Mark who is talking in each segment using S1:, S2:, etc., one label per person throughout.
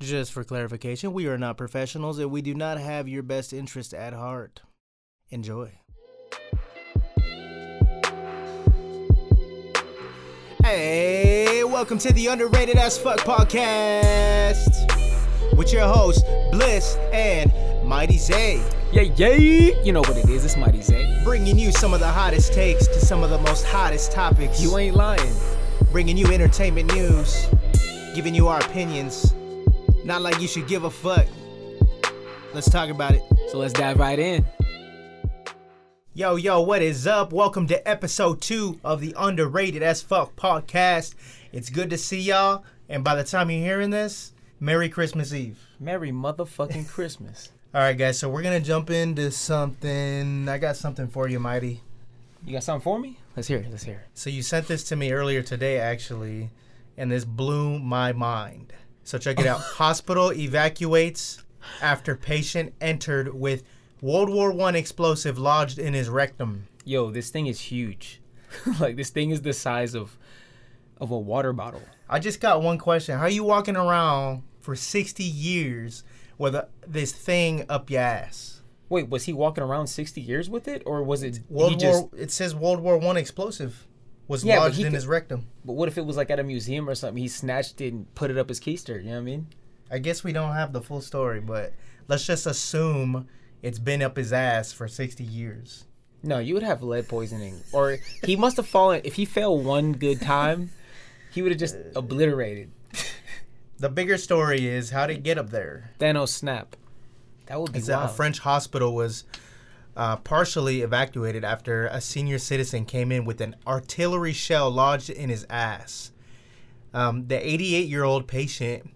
S1: Just for clarification, we are not professionals and we do not have your best interest at heart. Enjoy. Hey, welcome to the Underrated As Fuck podcast with your hosts, Bliss and Mighty Zay,
S2: Yeah, yeah. You know what it is. It's Mighty Zay.
S1: bringing you some of the hottest takes to some of the most hottest topics.
S2: You ain't lying.
S1: bringing you entertainment news, giving you our opinions. Not like you should give a fuck. Let's talk about it.
S2: So let's dive right in.
S1: Yo, yo, what is up? Welcome to episode two of the Underrated as Fuck podcast. It's good to see y'all. And by the time you're hearing this, Merry Christmas Eve.
S2: Merry motherfucking Christmas.
S1: All right, guys, so we're going to jump into something. I got something for you, Mighty.
S2: You got something for me? Let's hear it. Let's hear it.
S1: So you sent this to me earlier today, actually, and this blew my mind. So check it out. Hospital evacuates after patient entered with World War One explosive lodged in his rectum.
S2: Yo, this thing is huge. like this thing is the size of of a water bottle.
S1: I just got one question. How you walking around for 60 years with a, this thing up your ass?
S2: Wait, was he walking around 60 years with it or was it
S1: World
S2: he
S1: War.
S2: just
S1: it says World War One explosive was
S2: Yeah, but
S1: lodged
S2: he
S1: in
S2: could-
S1: his rectum.
S2: But what if it was like at a museum or something? He snatched it and put it up his keister, you know what I mean?
S1: I guess we don't have the full story, but let's just assume it's been up his ass for 60 years.
S2: No, you would have lead poisoning or he must have fallen if he fell one good time, he would have just obliterated.
S1: The bigger story is how did it get up there?
S2: Thanos snap. That would be
S1: Is that a
S2: wild.
S1: French hospital was uh, partially evacuated after a senior citizen came in with an artillery shell lodged in his ass. Um, the 88 year old patient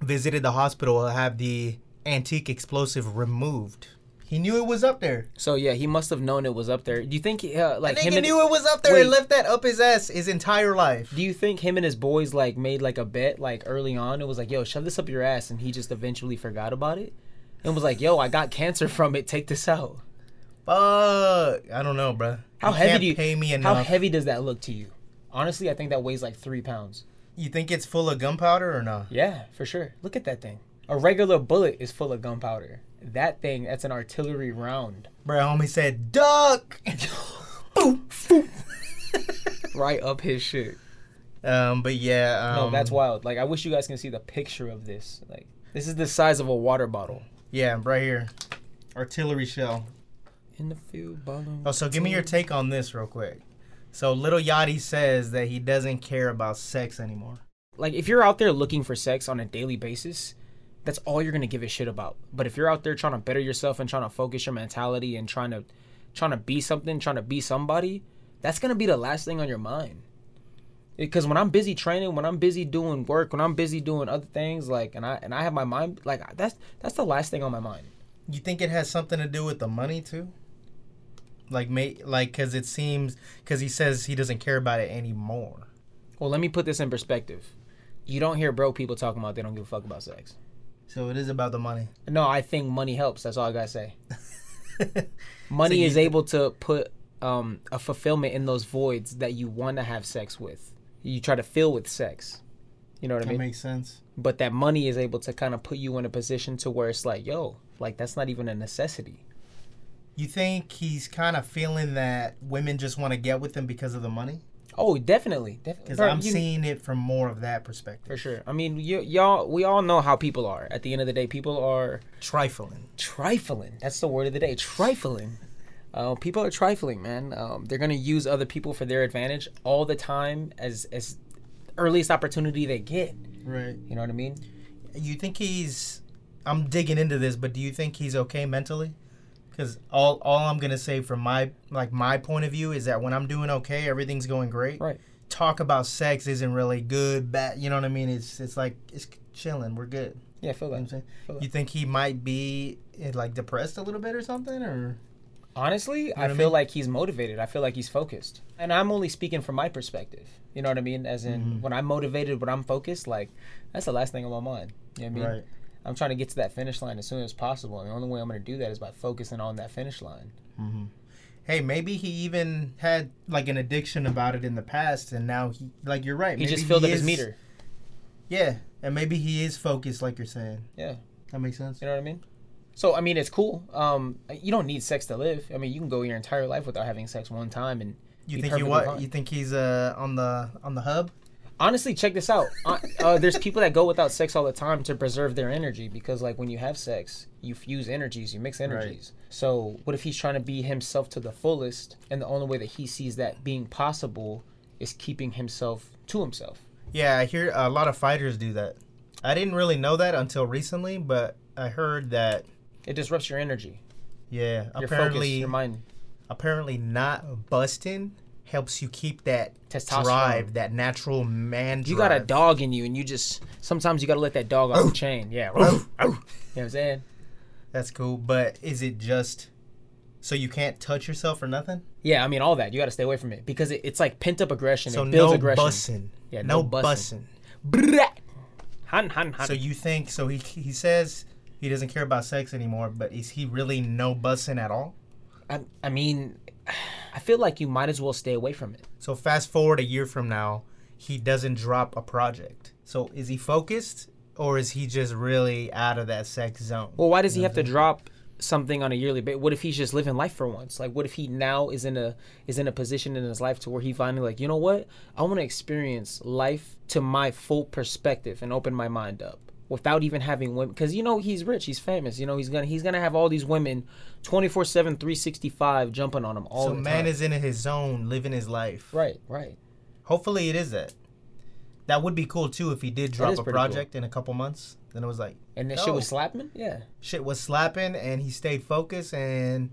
S1: visited the hospital to have the antique explosive removed. He knew it was up there.
S2: So yeah, he must have known it was up there. Do you think uh, like
S1: Nigga
S2: him? And,
S1: knew it was up there and
S2: Wait.
S1: left that up his ass his entire life.
S2: do you think him and his boys like made like a bet like early on? It was like, yo, shove this up your ass, and he just eventually forgot about it, and was like, yo, I got cancer from it. Take this out.
S1: Fuck. I don't know, bruh.
S2: How
S1: You
S2: heavy
S1: can't
S2: do you
S1: pay me
S2: How
S1: enough?
S2: heavy does that look to you? Honestly, I think that weighs like three pounds.
S1: you think it's full of gunpowder or no?
S2: Yeah, for sure. Look at that thing. A regular bullet is full of gunpowder. That thing, that's an artillery round.
S1: Bruh, homie said, duck!
S2: Right up his shit.
S1: Um, but yeah,
S2: No,
S1: um,
S2: Oh, that's wild. Like I wish you guys can see the picture of this. Like this is the size of a water bottle.
S1: yeah, right here, artillery shell.
S2: In the field, balloon.
S1: Oh, so give me your take on this real quick. So little Yachty says that he doesn't care about sex anymore.
S2: Like, if you're out there looking for sex on a daily basis, that's all you're gonna give a shit about. But if you're out there trying to better yourself and trying to focus your mentality and trying to, trying to be something, trying to be somebody, that's gonna be the last thing on your mind. Because when I'm busy training, when I'm busy doing work, when I'm busy doing other things, like, and I and I have my mind, like, that's that's the last thing on my mind.
S1: You think it has something to do with the money too? Like, may like, cause it seems, cause he says he doesn't care about it anymore.
S2: Well, let me put this in perspective. You don't hear broke people talking about they don't give a fuck about sex.
S1: So it is about the money.
S2: No, I think money helps. That's all I gotta say.
S1: So
S2: money
S1: you
S2: is
S1: th-
S2: able to put um, a fulfillment in those voids that you want to have sex with. You try to fill with sex. You know what I
S1: That
S2: mean?
S1: makes sense.
S2: but that money is able to kind of put you in a position to where it's like, yo, like that's not even a necessity.
S1: You think he's kind of feeling that women just want to get with him because of the money?
S2: Oh, definitely, definitely.
S1: Because
S2: Bro,
S1: I'm
S2: you-
S1: seeing it from more of that perspective.
S2: for sure. I mean, y- y'all, we all know how people are. At the end of the day, people are
S1: Trifling.
S2: trifling. That's the word of the day. Trifling. Uh, people are trifling, man. Um, they're gonna use other people for their advantage all the time, as as earliest opportunity they get.
S1: Right.
S2: You know what I mean?
S1: you think he's i'm digging into this but do you think he's okay mentally because all, all i'm gonna say from my like my point of view is that when i'm doing okay everything's going great
S2: Right.
S1: talk about sex isn't really good bad you know what i mean it's it's like it's chilling we're good
S2: Yeah, I feel
S1: you know what i'm
S2: that.
S1: saying
S2: Feel that.
S1: you think he might be eh, like depressed a little bit or something or
S2: Honestly,
S1: what I
S2: I feel
S1: mean?
S2: like he's motivated. I feel like he's focused. And I'm only speaking from my perspective. You know what I mean? As in,
S1: Mm-hmm.
S2: when I'm motivated, when I'm focused, like that's the last thing on my mind. You know what I mean?
S1: Right.
S2: I'm trying to get to that finish line as soon as possible. And the only way I'm going to do that is by focusing on that finish line.
S1: hey maybe he even had like an addiction about it in the past and now he like you're right
S2: He
S1: maybe
S2: just filled up
S1: is-
S2: his meter.
S1: yeah And maybe he is focused, like you're saying.
S2: Yeah.
S1: That makes sense.
S2: You know what I mean? So I mean, it's cool. Um, you don't need sex to live. I mean, you can go your entire life without having sex one time. And
S1: You
S2: be
S1: think he
S2: perfectly
S1: what?
S2: fine.
S1: You think he's uh on the on the hub?
S2: honestly, check this out. Uh, uh, there's people that go without sex all the time to preserve their energy because, like, when you have sex, you fuse energies, you mix energies. So what if he's trying to be himself to the fullest, and the only way that he sees that being possible is keeping himself to himself?
S1: Yeah, I hear a lot of fighters do that. I didn't really know that until recently, but I heard that.
S2: It disrupts your energy,
S1: Yeah,
S2: your focus,
S1: apparently,
S2: your mind.
S1: apparently not busting helps you keep that
S2: Testosterone.
S1: drive, that natural man drive.
S2: You got a dog in you, and you just sometimes you got to let that dog off the chain. Yeah, you know what I'm saying?
S1: That's cool, but is it just so you can't touch yourself or nothing?
S2: Yeah, I mean all that. You got to stay away from it because it, it's like pent up aggression.
S1: So
S2: it builds
S1: no
S2: aggression.
S1: bussing.
S2: Yeah,
S1: no,
S2: no bussing.
S1: bussing.
S2: Brat. Hun, hun, hun.
S1: So you think so? He he says he doesn't care about sex anymore, but is he really no bussing at all?
S2: I, I mean, I feel like you might as well stay away from it.
S1: So fast forward a year from now, he doesn't drop a project. So is he focused or is he just really out of that sex zone?
S2: Well, why does he have to drop something on a yearly basis? What if he's just living life for once? Like, what if he now is in a is in a position in his life to where he finally like, you know what? I want to experience life to my full perspective and open my mind up without even having women because you know he's rich he's famous you know he's gonna he's gonna have all these women 24 7 365 jumping on him all
S1: so
S2: the
S1: man
S2: time
S1: is in his zone, living his life.
S2: right right
S1: Hopefully it is that. That would be cool too if he did drop
S2: is
S1: a
S2: pretty cool.
S1: project in a couple months. Then it was like
S2: and that shit was
S1: No.
S2: slapping yeah
S1: shit was slapping and he stayed focused and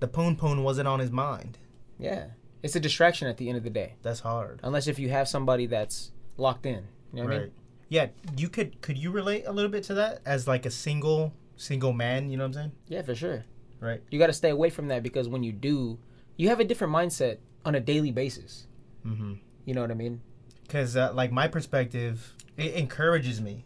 S1: the poon poon wasn't on his mind.
S2: yeah it's a distraction at the end of the day
S1: That's hard.
S2: unless if you have somebody that's locked in. You know what
S1: right.
S2: I mean?
S1: Yeah, you could could you relate a little bit to that as like a single single man, you know what I'm saying?
S2: Yeah, for sure.
S1: Right.
S2: You got to stay away from that because when you do, you have a different mindset on a daily basis.
S1: Mhm.
S2: You know what I mean?
S1: because uh, like my perspective it encourages me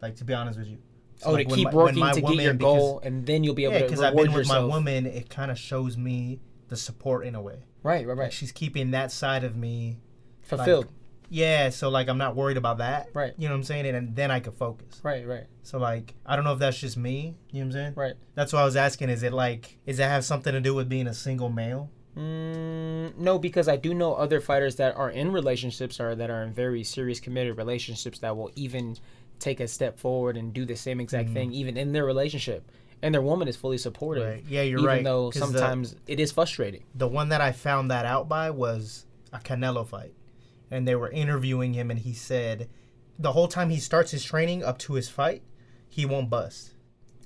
S1: like to be honest with you So,
S2: oh,
S1: like,
S2: to
S1: when
S2: keep
S1: my- when
S2: working
S1: my
S2: to get
S1: woman-
S2: your
S1: because-
S2: goal, and then you'll be able
S1: yeah
S2: to
S1: because
S2: reward
S1: i've been with
S2: yourself.
S1: my woman it kind of shows me the support in a way
S2: Right, right,
S1: like
S2: right.
S1: she's keeping that side of me
S2: Fulfilled.
S1: yeah so like i'm not worried about that
S2: Right.
S1: you know what i'm saying and, and then i can focus
S2: right, right,
S1: so like i don't know if that's just me you know what i'm saying
S2: right.
S1: that's why i was asking is it like is that have something to do with being a single male
S2: Mm, no, because I do know other fighters that are in relationships or that are in very serious committed relationships that will even take a step forward and do the same
S1: Mm-hmm.
S2: exact thing, even in their relationship, and their woman is fully supportive.
S1: right yeah you're
S2: even
S1: right
S2: though
S1: 'Cause the-
S2: sometimes it is frustrating.
S1: the one that I found that out by was a Canelo fight, and they were interviewing him, and he said, the whole time he starts his training up to his fight, he won't bust.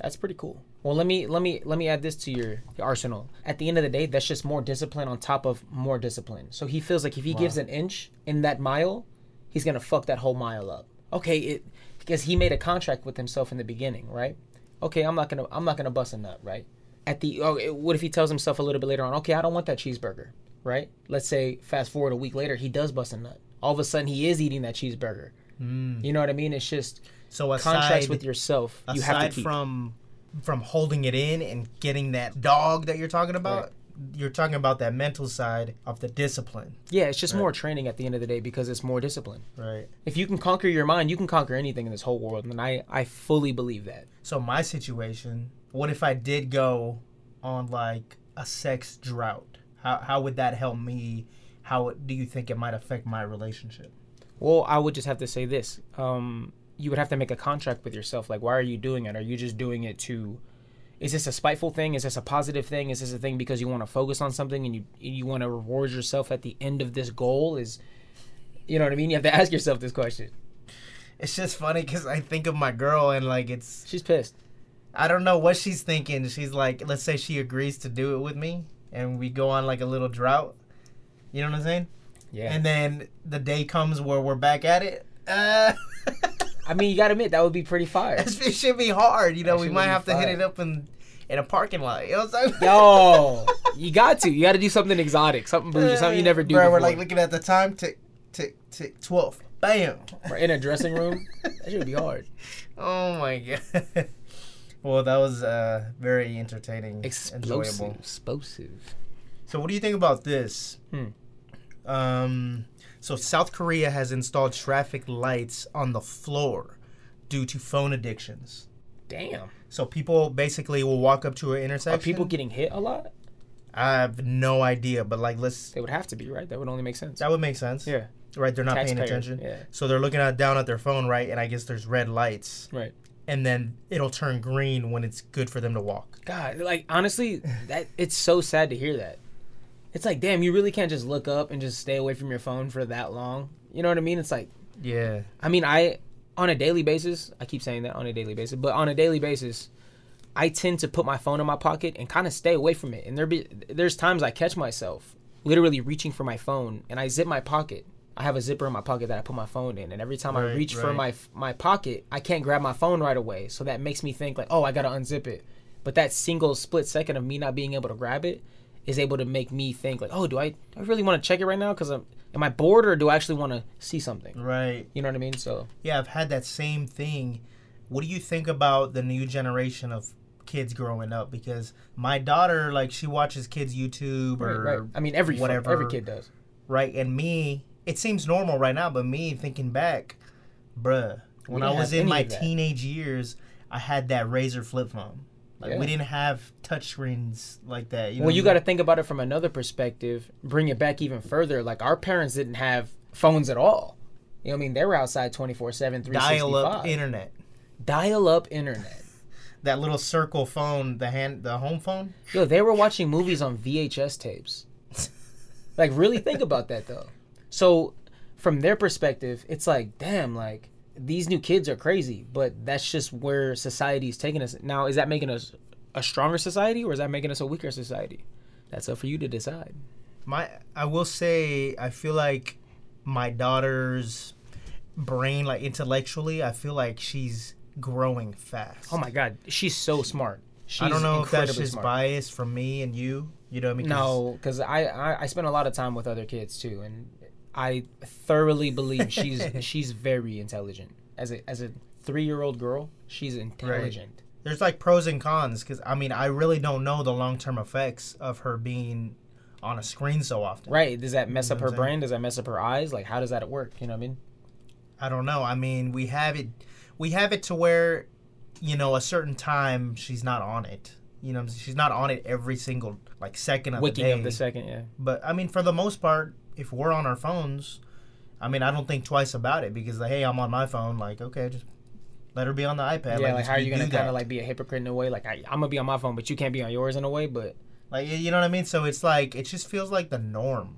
S2: That's pretty cool. Well, let me let me let me add this to your, your arsenal. At the end of the day, that's just more discipline on top of more discipline. So he feels like if he gives an inch in that mile, he's gonna fuck that whole mile up. Okay, it because he made a contract with himself in the beginning, right? Okay, I'm not gonna I'm not gonna bust a nut, right? At the oh, it- what if he tells himself a little bit later on? Okay, I don't want that cheeseburger, right? Let's say fast forward a week later, he does bust a nut. All of a sudden, he is eating that cheeseburger.
S1: Hmm.
S2: You know what I mean? It's just
S1: So aside,
S2: contracts with yourself. You have to
S1: aside
S2: keep.
S1: from from holding it in and getting that dog that you're talking about, you're talking about that mental side of the discipline,
S2: Yeah, it's just more training at the end of the day because it's more discipline.
S1: right?
S2: If you can conquer your mind, you can conquer anything in this whole world, and I I fully believe that.
S1: So my situation, what if I did go on like a sex drought? How how would that help me? How do you think it might affect my relationship?
S2: Well, I would just have to say this: um, you would have to make a contract with yourself. Like, why are you doing it? Are you just doing it to? Is this a spiteful thing? Is this a positive thing? Is this a thing because you want to focus on something and you you want to reward yourself at the end of this goal? Is you know what I mean? You have to ask yourself this question.
S1: It's just funny because I think of my girl and like it's
S2: She's pissed.
S1: I don't know what she's thinking. She's like, let's say she agrees to do it with me, and we go on like a little drought. You know what I'm saying?
S2: Yeah.
S1: And then the day comes where we're back at it. Uh,
S2: I mean, you gotta admit that would be pretty fire.
S1: it should be hard. You know,
S2: That
S1: we
S2: shit
S1: might
S2: would be
S1: have to hit
S2: fire.
S1: it up in in a parking lot. You know what I'm saying?
S2: Yo, you got to. You got to do something exotic, something bougie, something you never do.
S1: Bro, we're
S2: before.
S1: like looking at the time. Tick, tick, tick. Twelve. Bam.
S2: Or in a dressing room. that should be hard.
S1: Oh my god. well, that was uh, very entertaining,
S2: Explosive. Explosive.
S1: So what do you think about this?
S2: Hmm.
S1: Um, so South Korea has installed traffic lights on the floor due to phone addictions.
S2: Damn.
S1: So people basically will walk up to an
S2: Are
S1: intersection.
S2: people getting hit a lot?
S1: I have no idea, but like let's
S2: They would have to be, right? That would only make sense.
S1: that would make sense.
S2: Yeah.
S1: Right, they're not paying
S2: Taxpayer,
S1: attention.
S2: yeah.
S1: So they're looking at down at their phone, right? And I guess there's red lights,
S2: Right.
S1: and then it'll turn green when it's good for them to walk.
S2: God, like honestly, that it's so sad to hear that. It's like, damn, you really can't just look up and just stay away from your phone for that long. You know what I mean? It's like,
S1: Yeah.
S2: I mean, I on a daily basis, I keep saying that on a daily basis, but on a daily basis, I tend to put my phone in my pocket and kind of stay away from it. And there be there's times I catch myself literally reaching for my phone and I zip my pocket. I have a zipper in my pocket that I put my phone in, and every time I
S1: Right,
S2: reach for
S1: right.
S2: my my pocket, I can't grab my phone right away. So that makes me think like, oh, I gotta unzip it. But that single split second of me not being able to grab it is able to make me think like, oh, do I do I really want to check it right now? Because I'm am I bored or do I actually want to see something?
S1: Right.
S2: You know what I mean? So
S1: Yeah, I've had that same thing. What do you think about the new generation of kids growing up? Because my daughter, like, she watches kids YouTube
S2: right,
S1: or
S2: right. I mean, every
S1: whatever.
S2: whatever every kid does.
S1: right? And me, it seems normal right now, but me thinking back, bruh, when I
S2: didn't
S1: was
S2: have
S1: in
S2: any
S1: my
S2: of that.
S1: teenage years, I had that razor flip phone. Like we
S2: Yeah.
S1: didn't have touchscreens like that. You know
S2: Well, you
S1: what
S2: got
S1: I
S2: to think about it from another perspective. Bring it back even further. Like our parents didn't have phones at all. You know what I mean? They were outside 24 7,
S1: mean? dial up
S2: 365.
S1: internet.
S2: Dial up internet.
S1: That little circle phone, the hand, the home phone.
S2: Yo, they were watching movies on VHS tapes. Like, really think about that, though. So, from their perspective, it's like, damn, like, these new kids are crazy, but that's just where society is taking us. Now, is that making us a stronger society or is that making us a weaker society? That's up for you to decide.
S1: my I will say I feel like my daughter's brain like intellectually I feel like she's growing fast.
S2: Oh my God, she's so smart. She's
S1: I don't know if that's
S2: incredibly
S1: just
S2: smart.
S1: bias from me and you. You know what I mean? 'Cause-
S2: No, because I, I I spend a lot of time with other kids too, and I thoroughly believe she's she's very intelligent. As a as a three year old girl, she's intelligent.
S1: There's like pros and cons because I mean I really don't know the long term effects of her being on a screen so often.
S2: Right. Does that mess up
S1: what
S2: her
S1: I'm saying?
S2: brain? Does that mess up her eyes? Like how does that work? You know what I mean?
S1: I don't know. I mean we have it, we have it to where, you know, a certain time she's not on it. You know, what I'm saying? she's not on it every single like second of the
S2: Waking
S1: day.
S2: up the second, yeah.
S1: But I mean, for the most part, if we're on our phones, I mean, I don't think twice about it because like, hey, I'm on my phone. Like, okay, just let her be on the iPad.
S2: yeah, like, how are
S1: we
S2: you gonna
S1: do
S2: kind
S1: that.
S2: of like be a hypocrite in a way? Like I, I'm gonna be on my phone, but you can't be on yours in a way. But
S1: like you you know what I mean? So it's like it just feels like the norm.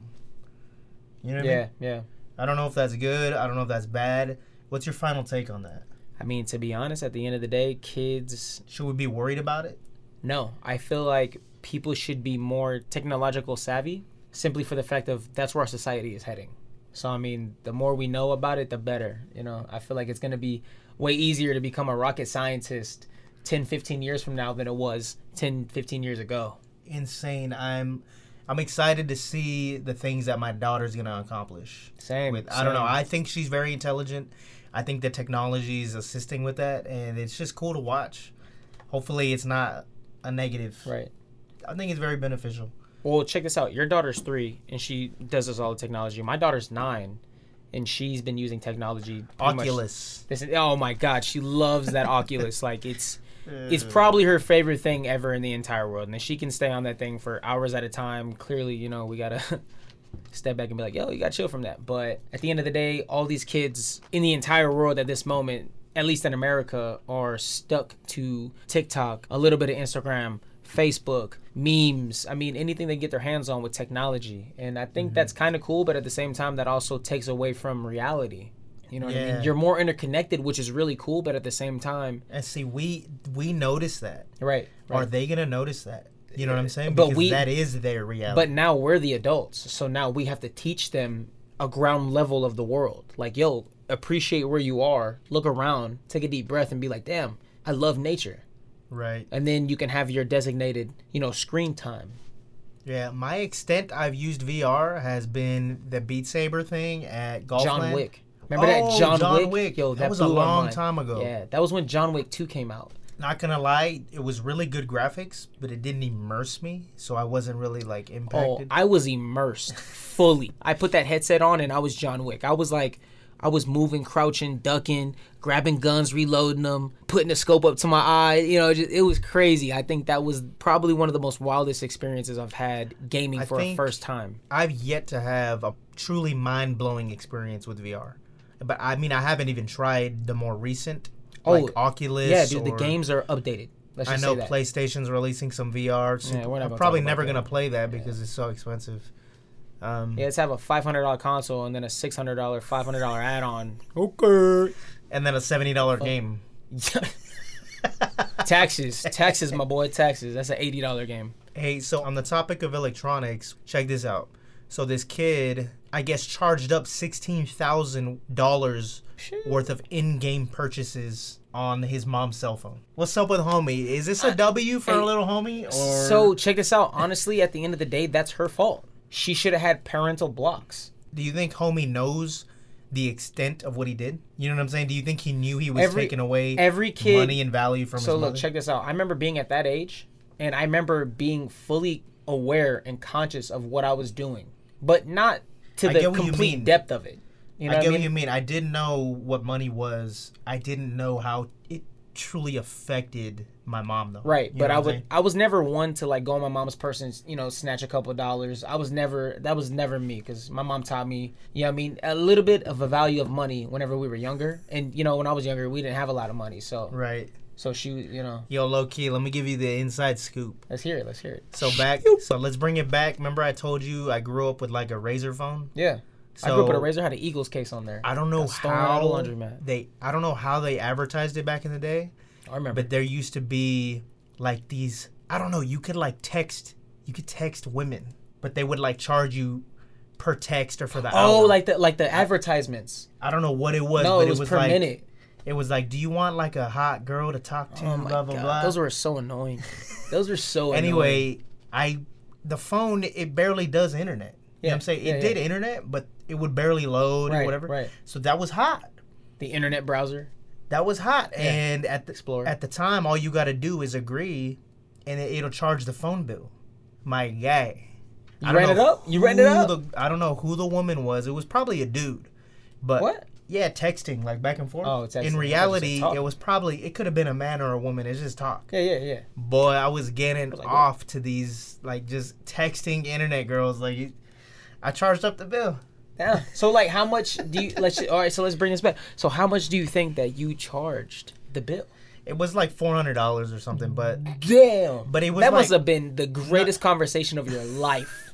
S1: You know what I mean?
S2: yeah, yeah.
S1: I don't know if that's good. I don't know if that's bad. What's your final take on that?
S2: I mean, to be honest, at the end of the day, kids
S1: Should we be worried about it?
S2: No, I feel like people should be more technological savvy simply for the fact of that's where our society is heading. So I mean, the more we know about it, the better. You know, I feel like it's going to be way easier to become a rocket scientist 10, 15 years from now than it was 10, 15 years ago.
S1: Insane. I'm, I'm excited to see the things that my daughter's gonna accomplish.
S2: Same.
S1: with I don't know.
S2: same.
S1: I think she's very intelligent. I think the technology is assisting with that, and it's just cool to watch. Hopefully, it's not a negative.
S2: right.
S1: I think it's very beneficial.
S2: Well, check this out. Your daughter's three, and she does this all the technology. My daughter's nine, and she's been using technology. pretty much-
S1: Oculus.
S2: This is, oh my god, she loves that Oculus. Like it's it's
S1: Uh,
S2: probably her favorite thing ever in the entire world. And then she can stay on that thing for hours at a time. Clearly, you know, we gotta step back and be like, yo, you gotta chill from that. But at the end of the day, all these kids in the entire world at this moment, at least in America, are stuck to TikTok, a little bit of Instagram, Facebook, memes. I mean, anything they get their hands on with technology. And I think that's kind of cool, but at the same time, that also takes away from reality. You know what I
S1: Yeah.
S2: mean? You're more interconnected, which is really cool, but at the same time,
S1: And see, we we notice that.
S2: right? right.
S1: Are they gonna notice that? You know what I'm saying?
S2: But
S1: Because
S2: we-
S1: that is their reality.
S2: But now we're the adults, so now we have to teach them a ground level of the world. Like, yo, appreciate where you are, look around, take a deep breath, and be like, damn, I love nature.
S1: right.
S2: And then you can have your designated, you know, screen time.
S1: Yeah. My extent I've used VR has been the Beat Saber thing at golf.
S2: John
S1: Land.
S2: Wick. Remember that
S1: Oh,
S2: John,
S1: John
S2: Wick?
S1: Wick.
S2: Yo,
S1: That
S2: that,
S1: was a
S2: blew my
S1: long
S2: mind.
S1: time ago.
S2: Yeah, that was when John Wick Two came out.
S1: Not gonna lie, it was really good graphics, but it didn't immerse me, so I wasn't really like impacted.
S2: Oh, I was immersed fully. I put that headset on and I was John Wick. I was like, I was moving, crouching, ducking, grabbing guns, reloading them, putting the scope up to my eye. You know, just, it was crazy. I think that was probably one of the most wildest experiences I've had gaming
S1: I
S2: for a
S1: think-
S2: first time.
S1: I've yet to have a truly mind blowing experience with VR. But I mean, I haven't even tried the more recent,
S2: Oh,
S1: like Oculus.
S2: Yeah, dude, the
S1: or-
S2: games are updated. Let's
S1: I
S2: just
S1: know
S2: say that.
S1: PlayStation's releasing some VR. So
S2: Yeah, we're not
S1: I'm
S2: gonna
S1: probably
S2: talk about
S1: never
S2: that.
S1: gonna play that because it's so expensive. Um,
S2: Yeah, let's have a five hundred dollar console and then a six hundred dollar, five hundred dollar add on. Okay.
S1: and then a seventy dollar game.
S2: taxes, taxes, my boy, taxes. That's an eighty dollar game.
S1: Hey, so on the topic of electronics, check this out. So this kid, I guess, charged up sixteen thousand dollars
S2: Shit.
S1: worth of in-game purchases on his mom's cell phone. What's up with homie? Is this a W for
S2: Uh, hey,
S1: a little homie? Or
S2: So check this out. Honestly, at the end of the day, that's her fault. She should have had parental blocks.
S1: do you think homie knows the extent of what he did? You know what I'm saying? Do you think he knew he was
S2: Every-
S1: taking away
S2: every kid-
S1: money and value from
S2: So
S1: his
S2: look,
S1: mother?
S2: check this out. I remember being at that age, and I remember being fully aware and conscious of what I was doing, but not to
S1: I
S2: the
S1: get what you mean.
S2: complete depth of it. You know
S1: I
S2: what
S1: get
S2: I mean?
S1: what you mean. I didn't know what money was. I didn't know how it truly affected my mom though.
S2: Right,
S1: You
S2: but
S1: know what
S2: I
S1: I'm
S2: would
S1: saying?
S2: I was never one to like go on my mom's purse and you know snatch a couple of dollars. I was never that was never me because my mom taught me you know what I mean a little bit of a value of money whenever we were younger and you know when I was younger we didn't have a lot of money so
S1: Right.
S2: so she you know
S1: Yo, low key, let me give you the inside scoop.
S2: let's hear it let's hear it
S1: So back, so let's bring it back. Remember, I told you I grew up with like a razor phone.
S2: yeah
S1: So
S2: I grew up with a razor had an Eagles case on there I,
S1: I don't know
S2: Got stolen out
S1: how
S2: of the laundromat.
S1: they, I don't know how they advertised it back in the day,
S2: remember
S1: but there used to be like these. I don't know. You could like text, you could text women, but they would like charge you per text or for the
S2: oh
S1: hour.
S2: like the like the advertisements
S1: I don't know what it was,
S2: no
S1: but
S2: it was, per
S1: like
S2: minute
S1: it was like, do you want like a hot girl to talk to?
S2: oh my
S1: blah blah
S2: god
S1: blah.
S2: those were so annoying those were so annoying.
S1: anyway, I the phone it barely does internet. You know what
S2: Yeah,
S1: I'm saying? It
S2: yeah,
S1: did
S2: yeah.
S1: internet, but it would barely load
S2: Right,
S1: or whatever.
S2: right.
S1: So that was hot.
S2: the internet browser
S1: That was hot. And at the
S2: Explorer.
S1: at the time all you gotta do is agree and it, it'll charge the phone bill. My guy.
S2: you ran it up you ran it up
S1: I don't know who the woman was. It was probably a dude. But
S2: What?
S1: Yeah, texting like back and forth.
S2: Oh, texting. I thought you
S1: In
S2: said
S1: reality,
S2: talk.
S1: it was probably it could have been a man or a woman. It's just talk.
S2: yeah yeah yeah.
S1: boy, I was getting
S2: like, what?
S1: off to these like just texting internet girls. Like, you- I charged up the bill.
S2: Yeah. So like, how much do you? Let's all right. So let's bring this back. So how much do you think that you charged the bill?
S1: It was like four hundred dollars or something, but
S2: Damn.
S1: But it was
S2: that
S1: like-
S2: must have been the greatest conversation of your life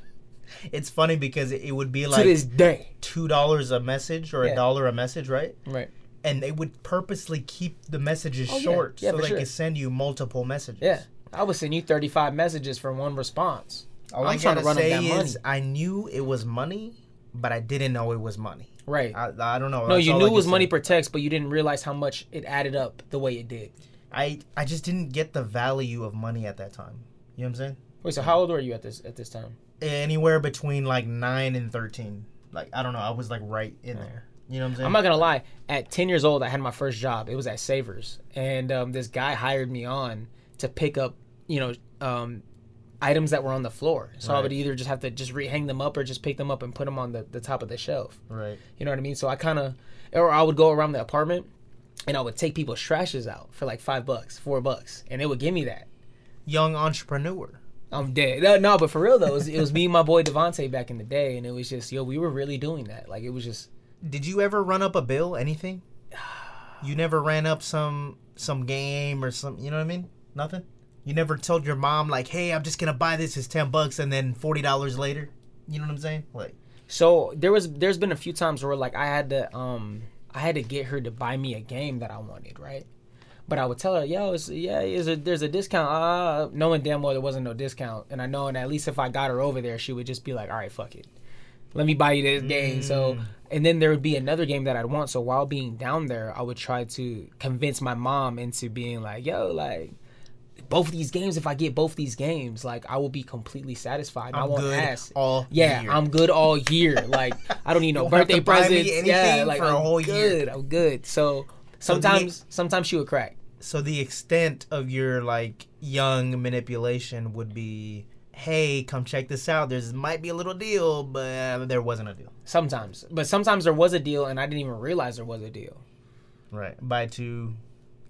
S1: it's funny because it would be
S2: to this
S1: like
S2: day.
S1: two dollars a message or a
S2: Yeah.
S1: dollar a message, right?
S2: Right. Oh,
S1: And they would purposely keep the messages
S2: yeah.
S1: short
S2: Yeah,
S1: so
S2: for
S1: they
S2: sure.
S1: could send you multiple messages.
S2: Yeah. I was sending you thirty five messages for one response.
S1: All
S2: I'm
S1: i
S2: trying
S1: gotta
S2: to run up
S1: say
S2: that money.
S1: is I knew it was money, but I didn't know it was money.
S2: Right.
S1: I, I don't know.
S2: no,
S1: Oh, That's
S2: you
S1: all
S2: knew
S1: I
S2: it was
S1: can
S2: money
S1: say.
S2: per text, but you didn't realize how much it added up the way it did.
S1: I I just didn't get the value of money at that time. You know what I'm saying?
S2: Wait. So how old were you at this at this time?
S1: anywhere between like nine and thirteen. Like I don't know, I was like right in there. You know what I'm saying?
S2: I'm not gonna lie. At 10 years old, I had my first job. It was at Savers, and um, this guy hired me on to pick up, you know, um, items that were on the floor. So I would either just have to just rehang them up or just pick them up and put them on the, the top of the shelf.
S1: right.
S2: You know what I mean? So I kind of, or I would go around the apartment, and I would take people's trashes out for like five bucks, four bucks, and they would give me that.
S1: Young entrepreneur.
S2: I'm dead. No, no, but for real though, it was, it was me and my boy Devonte back in the day, and it was just yo, we were really doing that. Like it was just
S1: Did you ever run up a bill? Anything? You never ran up some some game or some. You know what I mean? Nothing. You never told your mom like, "Hey, I'm just gonna buy this. It's ten bucks," and then forty dollars later. You know what I'm saying? Like,
S2: So there was there's been a few times where like I had to um I had to get her to buy me a game that I wanted, right? But I would tell her, yo, it's, yeah, is a, there's a discount. Uh, knowing damn well there wasn't no discount, and I know, and at least if I got her over there, she would just be like, all right, fuck it, let me buy you this game.
S1: Mm.
S2: So, and then there would be another game that I'd want. So while being down there, I would try to convince my mom into being like, yo, like both of these games. If I get both these games, like I will be completely satisfied. I
S1: I'm
S2: won't
S1: good
S2: ask.
S1: all
S2: yeah,
S1: year.
S2: I'm good all year. Like I don't need no
S1: don't have
S2: birthday
S1: to buy me
S2: presents. Yeah,
S1: anything
S2: like
S1: for a
S2: I'm
S1: whole year.
S2: good. I'm good. So sometimes, sometimes she would crack.
S1: so the extent of your like young manipulation would be, hey, come check this out. There's might be a little deal, but uh, there wasn't a deal.
S2: Sometimes, but sometimes there was a deal, and I didn't even realize there was a deal
S1: Right. Buy two,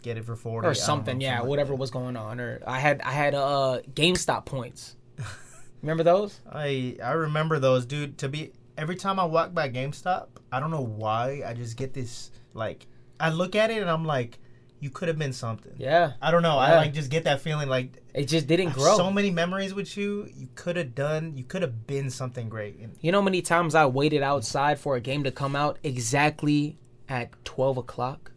S1: get it for forty I
S2: or
S1: don't know,
S2: something. Yeah,
S1: like
S2: whatever
S1: that.
S2: was going on. Or I had I had uh GameStop points. Remember those?
S1: I I remember those, dude. To be every time I walk by GameStop, I don't know why. I just get this like I look at it and I'm like, you could have been something.
S2: Yeah,
S1: I don't know. I
S2: Yeah.
S1: like just get that feeling like
S2: it just
S1: I
S2: didn't
S1: have
S2: grow.
S1: so many memories with you. You could have done. You could have been something great. And
S2: You know how many times I waited outside for a game to come out exactly at 12 o'clock?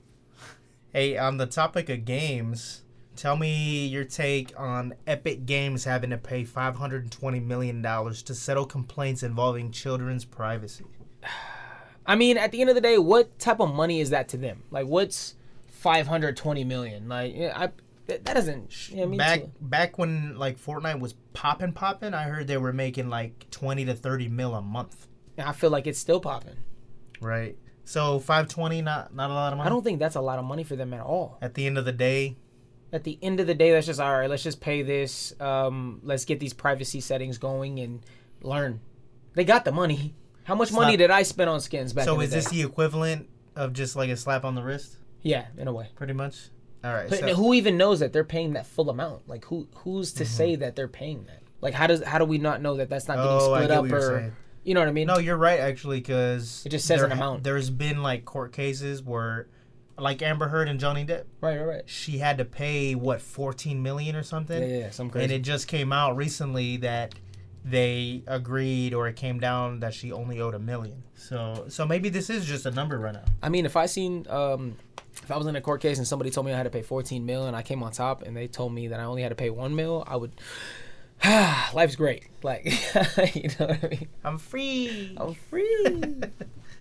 S1: hey, on the topic of games, tell me your take on Epic Games having to pay 520 million dollars to settle complaints involving children's privacy.
S2: I mean, at the end of the day, what type of money is that to them? Like, what's 520 million? Like, yeah, I, that that doesn't. sh- I mean,
S1: back
S2: to-
S1: back when like Fortnite was popping popping, I heard they were making like 20 to 30 mil a month.
S2: I feel like it's still popping.
S1: Right. So 520 not not a lot of money.
S2: I don't think that's a lot of money for them at all.
S1: at the end of the day,
S2: At the end of the day, that's just all right. Let's just pay this. Um, let's get these privacy settings going and learn. They got the money. How much money
S1: not-
S2: did I spend on skins back?
S1: so
S2: in the
S1: is this
S2: day?
S1: the equivalent of just like a slap on the wrist
S2: Yeah, in a way.
S1: pretty much? All right.
S2: But
S1: so-
S2: who even knows that they're paying that full amount? Like who who's
S1: Mm-hmm.
S2: to say that they're paying that? Like how does how do we not know that that's not getting
S1: Oh, I
S2: split
S1: get
S2: up
S1: what you're
S2: or
S1: saying.
S2: you know what I mean?
S1: No, you're right actually, because
S2: It just says
S1: there
S2: an
S1: ha-
S2: amount.
S1: There's been like court cases where, like Amber Heard and Johnny Depp,
S2: Right, right, right.
S1: she had to pay what 14 million or
S2: Yeah,
S1: something,
S2: yeah, yeah, some
S1: and
S2: crazy.
S1: it just came out recently that they agreed or it came down that she only owed a million. So, so maybe this is just a number right now.
S2: I mean, if I seen um if I was in a court case and somebody told me I had to pay 14 mil and I came on top and they told me that I only had to pay 1 mil, I would life's great. Like you know what I mean?
S1: I'm free.
S2: I'm Oh, free.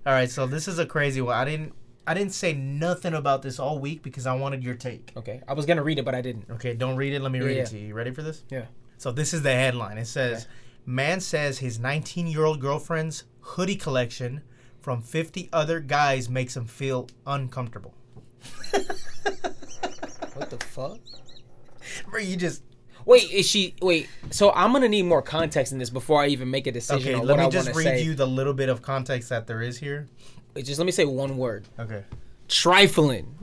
S1: All right, so this is a crazy one. I didn't, I didn't say nothing about this all week because I wanted your take.
S2: okay. I was going to read it but I didn't.
S1: Okay, don't read it. Let me read
S2: Yeah.
S1: it to you. You ready for this?
S2: Yeah.
S1: So this is the headline. It says, "Man says his 19-year-old girlfriend's hoodie collection from 50 other guys makes him feel uncomfortable."
S2: What the fuck?
S1: Bro, you just
S2: Wait, is she wait, so I'm going to need more context in this before I even make a decision
S1: okay.
S2: on
S1: Let
S2: what
S1: me
S2: I want
S1: just
S2: to
S1: read
S2: say.
S1: you the little bit of context that there is here.
S2: Wait, just let me say one word
S1: Okay.
S2: trifling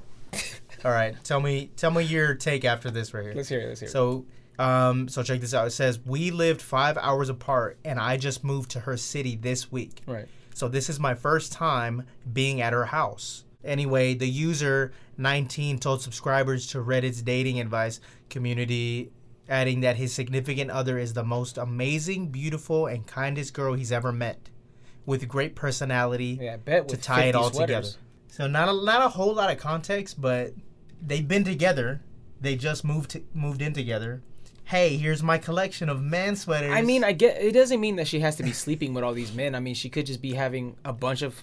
S1: All right. Tell me, tell me your take after this right here.
S2: let's hear it let's hear it
S1: So, um, so check this out. It says, "We lived five hours apart, and I just moved to her city this week."
S2: right
S1: So this is my first time being at her house. Anyway, the user 19 told subscribers to Reddit's dating advice community, adding that his significant other is the most amazing, beautiful, and kindest girl he's ever met, with great personality
S2: yeah I bet
S1: to
S2: with
S1: tie it
S2: 50
S1: all
S2: sweaters.
S1: together. So not a, not a whole lot of context, but they've been together. They just moved to, moved in together. Hey, here's my collection of man sweaters.
S2: i mean i get it doesn't mean that she has to be sleeping with all these men i mean she could just be having a bunch of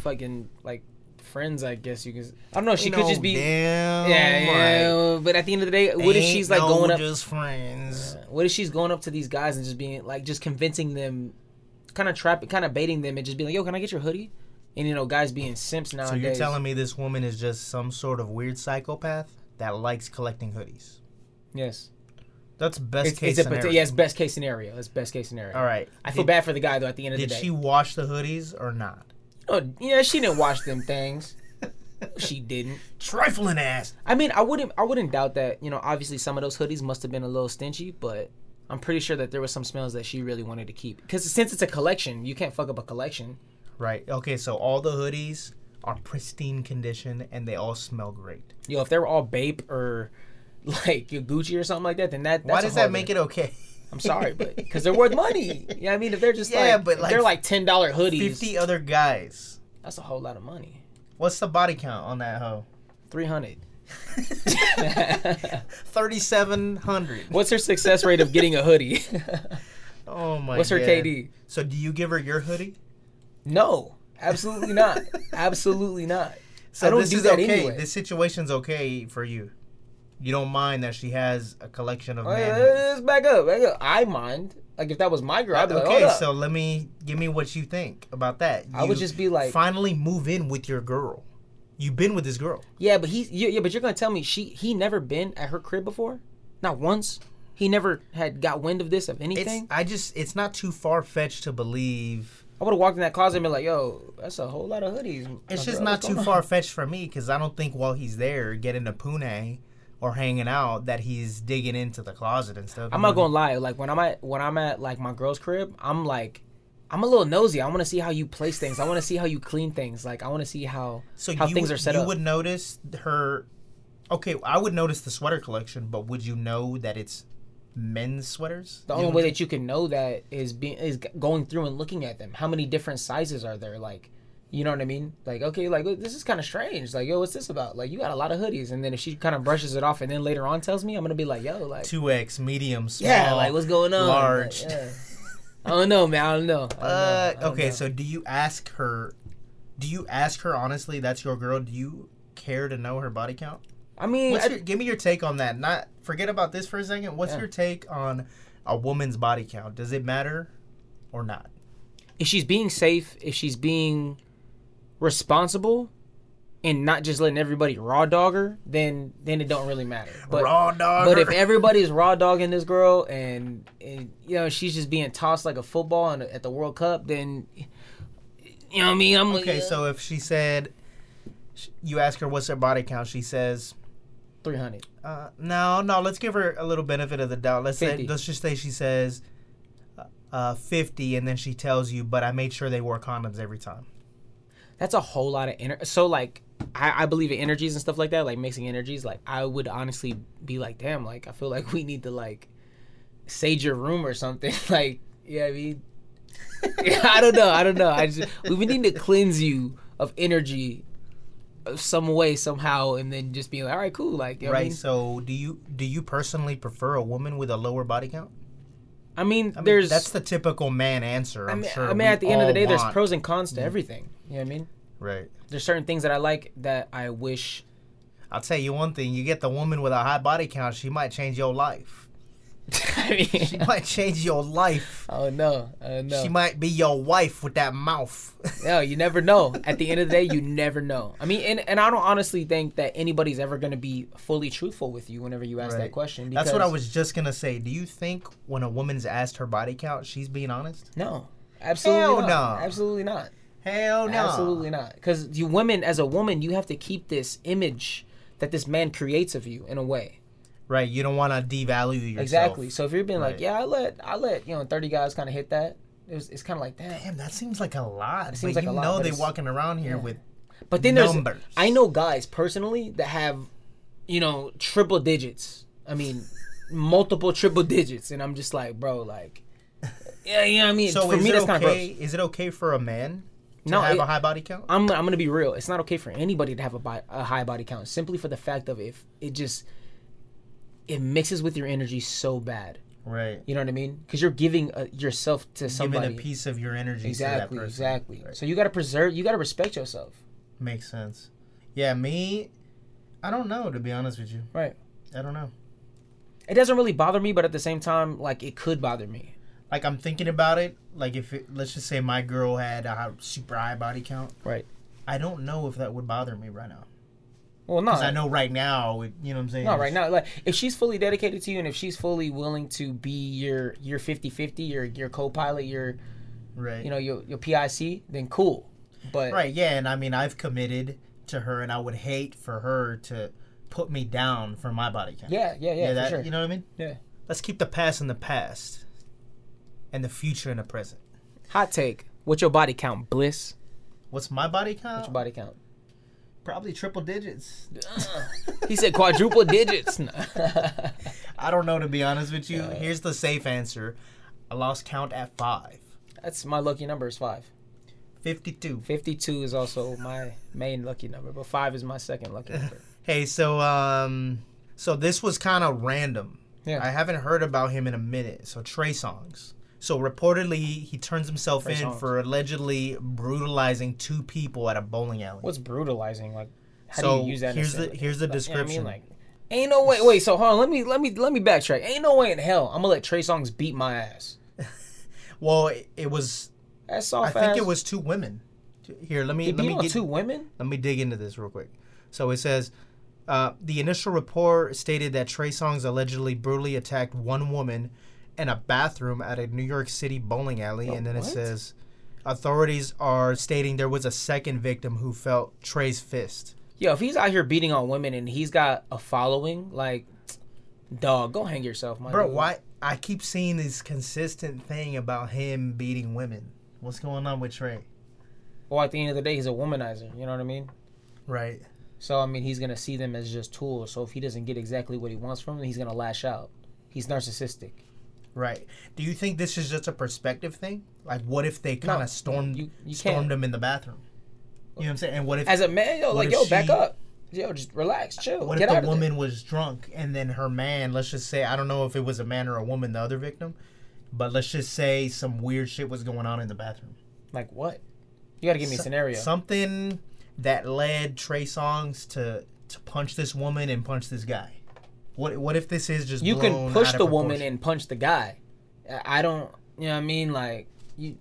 S2: fucking like friends i guess you can i don't know she
S1: You
S2: could
S1: know,
S2: just be
S1: damn
S2: yeah, yeah,
S1: right.
S2: but at the end of the day what if
S1: Ain't
S2: she's like
S1: no
S2: going up
S1: Just friends.
S2: what if she's going up to these guys and just being like just convincing them kind of trap kind of baiting them and just being like yo can i get your hoodie and you know guys being simps nowadays
S1: So you're telling me this woman is just some sort of weird psychopath that likes collecting hoodies?
S2: yes
S1: That's best
S2: it's,
S1: case
S2: it's a
S1: scenario.
S2: pot- yes best case scenario it's best case scenario
S1: All right.
S2: I feel
S1: did,
S2: bad for the guy though. At the end of the
S1: Did
S2: day,
S1: she wash the hoodies or not?
S2: oh, yeah, she didn't watch them things. she didn't.
S1: Trifling ass.
S2: I mean, I wouldn't. I wouldn't doubt that. You know, obviously some of those hoodies must have been a little stingy, but I'm pretty sure that there was some smells that she really wanted to keep. Because since it's a collection, you can't fuck up a collection.
S1: Right. Okay. So all the hoodies are pristine condition and they all smell great.
S2: Yo, if they were all Bape or like your Gucci or something like that, then that. That's
S1: Why does that make it okay?
S2: I'm sorry, but because they're worth money. Yeah, I mean, if they're just
S1: Yeah,
S2: like,
S1: but,
S2: if
S1: like,
S2: they're like ten dollar hoodies.
S1: Fifty other guys.
S2: That's a whole lot of money.
S1: What's the body count on that hoe?
S2: Three hundred.
S1: Thirty-seven hundred.
S2: What's her success rate of getting a hoodie?
S1: Oh my.
S2: What's her
S1: God.
S2: KD?
S1: So do you give her your hoodie?
S2: No, absolutely not. absolutely not.
S1: So
S2: I don't
S1: this
S2: do
S1: is
S2: that
S1: okay.
S2: anyway.
S1: This situation's okay for you. You don't mind that she has a collection of
S2: Wait,
S1: men.
S2: Let's back up. Back up. I mind. Like if that was my girl, I'd be like,
S1: okay,
S2: Hold up.
S1: so let me give me what you think about that.
S2: I would
S1: You
S2: just be like-
S1: finally move in with your girl. You've been with this girl.
S2: yeah, but he's yeah, yeah, but you're gonna tell me she he never been at her crib before, not once. He never had got wind of this of
S1: It's,
S2: anything.
S1: I just, it's not too far fetched to believe.
S2: I would have walked in that closet and been like, "Yo, that's a whole lot of hoodies." my
S1: It's just
S2: girl.
S1: not
S2: What's
S1: too
S2: going on?"
S1: far fetched for me because I don't think while he's there getting to Pune or hanging out that he's digging into the closet and stuff.
S2: I'm not gonna lie. Like when I'm at when I'm at like my girl's crib, I'm like, I'm a little nosy. I want to see how you place things. I want to see how you clean things. Like I want to see how
S1: So
S2: how
S1: you,
S2: things
S1: would-
S2: are set
S1: you
S2: up.
S1: would notice her. Okay, I would notice the sweater collection, but would you know that it's men's sweaters?
S2: the
S1: You know
S2: only
S1: what
S2: way that you can know that is being is g- going through and looking at them. How many different sizes are there? Like, you know what I mean? Like, okay, like this is kind of strange. Like, yo, what's this about? Like, you got a lot of hoodies, and then if she kind of brushes it off, and then later on tells me, I'm gonna be like, yo, like,
S1: two X, medium, small.
S2: yeah, like what's going on? Like,
S1: large.
S2: yeah. I don't know, man. I don't know. I don't know.
S1: Uh,
S2: I don't
S1: okay,
S2: know.
S1: so do you ask her? Do you ask her honestly? That's your girl. Do you care to know her body count?
S2: I mean,
S1: What's
S2: I-
S1: your, give me your take on that. Not forget about this for a second. What's
S2: Yeah.
S1: your take on a woman's body count? Does it matter or not?
S2: if she's being safe, if she's being responsible, and not just letting everybody raw dog her, then then it don't really matter. But
S1: Raw dog.
S2: but if everybody's raw dogging this girl and, and you know she's just being tossed like a football in, at the World Cup, then you know what I mean. I'm
S1: okay, so if she said, sh- you ask her what's her body count, she says,
S2: three hundred.
S1: uh, no, no. Let's give her a little benefit of the doubt. Let's say,
S2: 50.
S1: let's just say she says, uh, fifty, and then she tells you, but I made sure they wore condoms every time.
S2: That's a whole lot of energy. So like. I, I believe in energies and stuff like that, like mixing energies. Like I would honestly be like, damn, like I feel like we need to like sage your room or something. like, yeah, I mean, yeah, I don't know. I don't know. I just we would need to cleanse you of energy, of some way, somehow, and then just be like, all right, cool. Like, you know what I
S1: right.
S2: mean?
S1: So do you do you personally prefer a woman with a lower body count?
S2: I mean,
S1: I mean,
S2: there's.
S1: that's the typical man answer.
S2: I
S1: I'm
S2: mean,
S1: sure.
S2: I
S1: we
S2: mean at the end of the
S1: all
S2: day, there's
S1: want. Mm.
S2: pros and cons to everything. You know what I mean?
S1: Right.
S2: There's certain things that I like that I wish.
S1: I'll tell you one thing: you get the woman with a high body count, she might change your life.
S2: I
S1: She
S2: mean,
S1: might change your life.
S2: oh no, oh no.
S1: She might be your wife with that mouth.
S2: No, you never know. At the end of the day, you never know. I mean, and, and I don't honestly think that anybody's ever going to be fully truthful with you whenever you ask
S1: Right.
S2: that question.
S1: That's what I
S2: because-
S1: was just gonna say. Do you think when a woman's asked her body count, she's being honest?
S2: No, absolutely
S1: Hell
S2: not.
S1: no.
S2: Absolutely not.
S1: Hell no.
S2: Absolutely not. Because you women, as a woman, you have to keep this image that this man creates of you in a way.
S1: Right. You don't want to devalue yourself.
S2: Exactly. So if you're being
S1: Right.
S2: like, yeah, I let I let you know thirty guys kind of hit that. It was, it's kind of like that.
S1: Damn, that seems like a lot. but
S2: seems like
S1: you
S2: a lot,
S1: know
S2: but
S1: they
S2: it's-
S1: walking around here
S2: yeah.
S1: with
S2: But then there's
S1: Numbers.
S2: I know guys personally that have, you know, triple digits. I mean, multiple triple digits, and I'm just like, bro, like, yeah, you know what I mean.
S1: So
S2: For
S1: is
S2: me,
S1: it
S2: that's kind of
S1: okay?
S2: gross.
S1: Is it okay for a man to
S2: No,
S1: have
S2: it-
S1: a high body count?
S2: I'm I'm gonna be real. It's not okay for anybody to have a, bi- a high body count simply for the fact of if it just it mixes with your energy so bad.
S1: Right.
S2: You know what I mean? Because you're giving uh yourself to
S1: Giving
S2: somebody.
S1: a piece of your energy to
S2: exactly,
S1: that person.
S2: exactly.
S1: Right.
S2: So you gotta preserve. You gotta respect yourself.
S1: Makes sense. Yeah, me. I don't know to be honest with you.
S2: Right.
S1: I don't know.
S2: It doesn't really bother me, but at the same time, like it could bother me.
S1: Like I'm thinking about it. Like if it, let's just say my girl had a high, super high body count.
S2: Right.
S1: I don't know if that would bother me right now.
S2: Well, no.
S1: Because I know right now, it, you know what I'm saying?
S2: No, right now, like if she's fully dedicated to you and if she's fully willing to be your your 50-50, your your co-pilot, your
S1: Right.
S2: you know your your PIC, then cool. But
S1: right, yeah. And I mean, I've committed to her, and I would hate for her to put me down for my body count.
S2: yeah, yeah, yeah, for
S1: that,
S2: sure.
S1: You know what I mean?
S2: Yeah.
S1: Let's keep the past in the past and the future in the present.
S2: Hot take: What's your body count, Bliss?
S1: What's my body count?
S2: What's your body count?
S1: Probably triple digits.
S2: He said quadruple digits. No.
S1: I don't know, to be honest with you. Here's the safe answer I lost count at five.
S2: That's my lucky number is five.
S1: 52.
S2: Fifty-two is also my main lucky number, but five is my second lucky number.
S1: Hey, so um, so this was kind of random.
S2: Yeah.
S1: I haven't heard about him in a minute. So Trey Songs. So reportedly, he turns himself in
S2: Songz.
S1: for allegedly brutalizing two people at a bowling alley.
S2: What's brutalizing? Like, how
S1: So,
S2: do you use that? in a
S1: here's the-
S2: sentence?
S1: here's the
S2: Like, you know what I mean?
S1: description.
S2: Like, ain't no way. Wait, so hold on. Let me let me let me backtrack. Ain't no way in hell I'm gonna let Trey Songz beat my ass.
S1: well, it, it was.
S2: That's soft.
S1: I think it was two women. Here, let me
S2: He
S1: let
S2: beat
S1: me
S2: on
S1: get
S2: two women.
S1: let me dig into this real quick. So it says Uh, the initial report stated that Trey Songz allegedly brutally attacked one woman in a bathroom at a New York City bowling alley,
S2: Oh,
S1: and then it
S2: what?
S1: says authorities are stating there was a second victim who felt Trey's fist.
S2: Yo, if he's out here beating on women and he's got a following, like, dog, go hang yourself, my
S1: Bro,
S2: dude.
S1: why? I keep seeing this consistent thing about him beating women. What's going on with Trey?
S2: Well, at the end of the day, he's a womanizer. You know what I mean?
S1: Right.
S2: So I mean, he's gonna see them as just tools. So if he doesn't get exactly what he wants from them, he's gonna lash out. He's narcissistic.
S1: Right. Do you think this is just a perspective thing? Like, what if they kind of
S2: No,
S1: stormed
S2: you- you
S1: stormed
S2: can't.
S1: him in the bathroom? You know what I'm saying? And what if
S2: As a man, yo,
S1: What
S2: like
S1: if
S2: yo, back
S1: she-
S2: up, yo, just relax, chill,
S1: what
S2: get
S1: if
S2: out
S1: the
S2: of
S1: woman was drunk and then her man? Let's just say I don't know if it was a man or a woman, the other victim, but let's just say some weird shit was going on in the bathroom.
S2: there. Like what? You gotta give me a
S1: So-
S2: scenario.
S1: Something that led Trey Songs to to punch this woman and punch this guy. What what if this is just
S2: you
S1: blown
S2: can push
S1: out of
S2: the woman
S1: proportion?
S2: and punch the guy. I I don't. You know what I mean? Like you,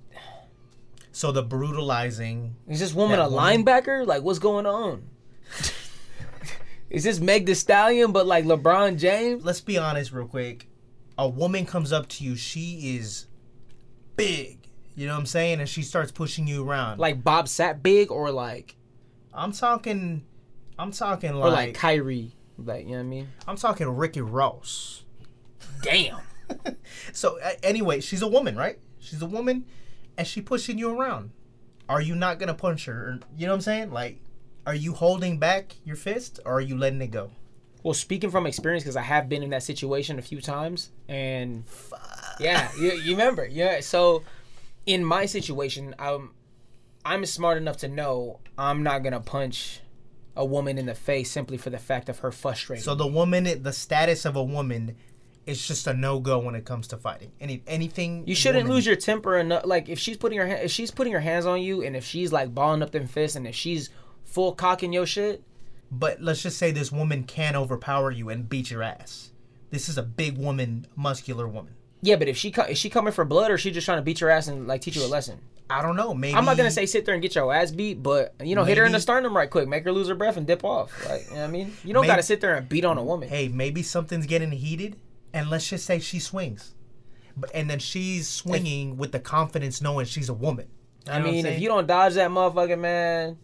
S1: So the brutalizing
S2: is this woman
S1: That
S2: a
S1: woman-
S2: linebacker? Like what's going on? is this Meg The Stallion, but like LeBron James?
S1: let's be honest real quick. A woman comes up to you, she is big. You know what I'm saying? And she starts pushing you around.
S2: Like Bob Sat Big or like
S1: I'm talking I'm talking
S2: or
S1: like,
S2: like Kyrie? Like you know what I mean?
S1: I'm talking Ricky Ross.
S2: Damn.
S1: So a- anyway, she's a woman, right? She's a woman and she pushing you around. Are you not going to punch her? You know what I'm saying? Like are you holding back your fist or are you letting it go?
S2: Well, speaking from experience, because I have been in that situation a few times, and yeah, you, you remember, yeah. So, in my situation, I'm I'm smart enough to know I'm not gonna punch a woman in the face simply for the fact of her frustrating.
S1: So the woman, the status of a woman, is just a no go when it comes to fighting. Any anything
S2: you shouldn't
S1: woman-
S2: lose your temper enough. Like if she's putting her ha- if she's putting her hands on you, and if she's like balling up them fists, and if she's full cocking your shit,
S1: But let's just say this woman can overpower you and beat your ass. This is a big woman, muscular woman.
S2: yeah. But if she co- is she coming for blood, or she just trying to beat your ass and like teach you a lesson?
S1: I don't know. Maybe
S2: I'm not gonna say sit there and get your ass beat, but you know, hit her in the
S1: Mm. Maybe-
S2: sternum right quick, make her lose her breath and dip off. Like, you know what I mean? You don't
S1: Maybe-
S2: gotta sit there and beat on a woman.
S1: Hey, maybe something's getting heated, and let's just say she swings, but and then she's swinging with the confidence knowing she's a woman.
S2: I mean, if you don't dodge that motherfucker, man.
S1: don't,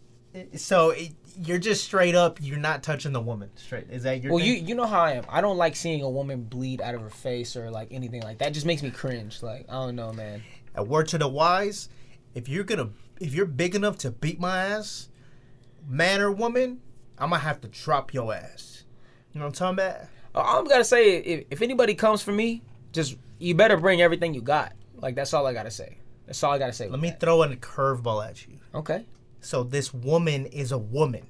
S1: so it, you're just straight up. You're not touching the woman. Straight is that your?
S2: Well, you
S1: thing?
S2: you know how I am. I don't like seeing a woman bleed out of her face or like anything like that. It just makes me cringe. Like I don't know, man.
S1: a word to the wise if you're gonna if you're big enough to beat my ass man or woman i'm gonna have to drop your ass you know what i'm talking about
S2: All I'm gotta say, if, if anybody comes for me, just you better bring everything you got. Like that's all I gotta say. That's all I gotta say.
S1: let me throw a curveball at you
S2: okay.
S1: so this woman is a woman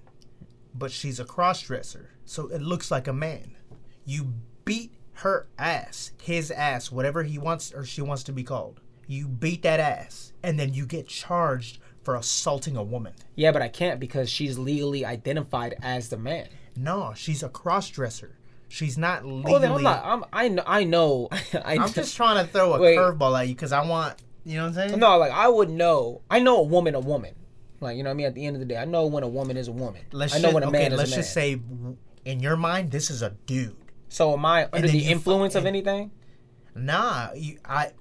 S1: but she's a cross-dresser so it looks like a man you beat her ass his ass whatever he wants or she wants to be called you beat that ass and then you get charged for assaulting a woman
S2: Yeah, but I can't because she's legally identified as the man.
S1: No, she's a cross dresser. She's not legally.
S2: Well, Oh, then I'm
S1: I'm,
S2: not. I'm, I know. I know. I know.
S1: just trying to throw a
S2: Wait.
S1: curveball at you because I want. You know what I'm saying?
S2: No, like I would know. I know a woman, a woman. Like you know what I mean. At the end of the day, I know when a woman is a woman.
S1: Let's
S2: I know
S1: just,
S2: when a
S1: okay,
S2: man is
S1: Let's
S2: a man.
S1: just say, w- in your mind, this is a dude.
S2: so am I under
S1: then
S2: the
S1: you
S2: influence of
S1: fucking-
S2: anything?
S1: Nah, you, I.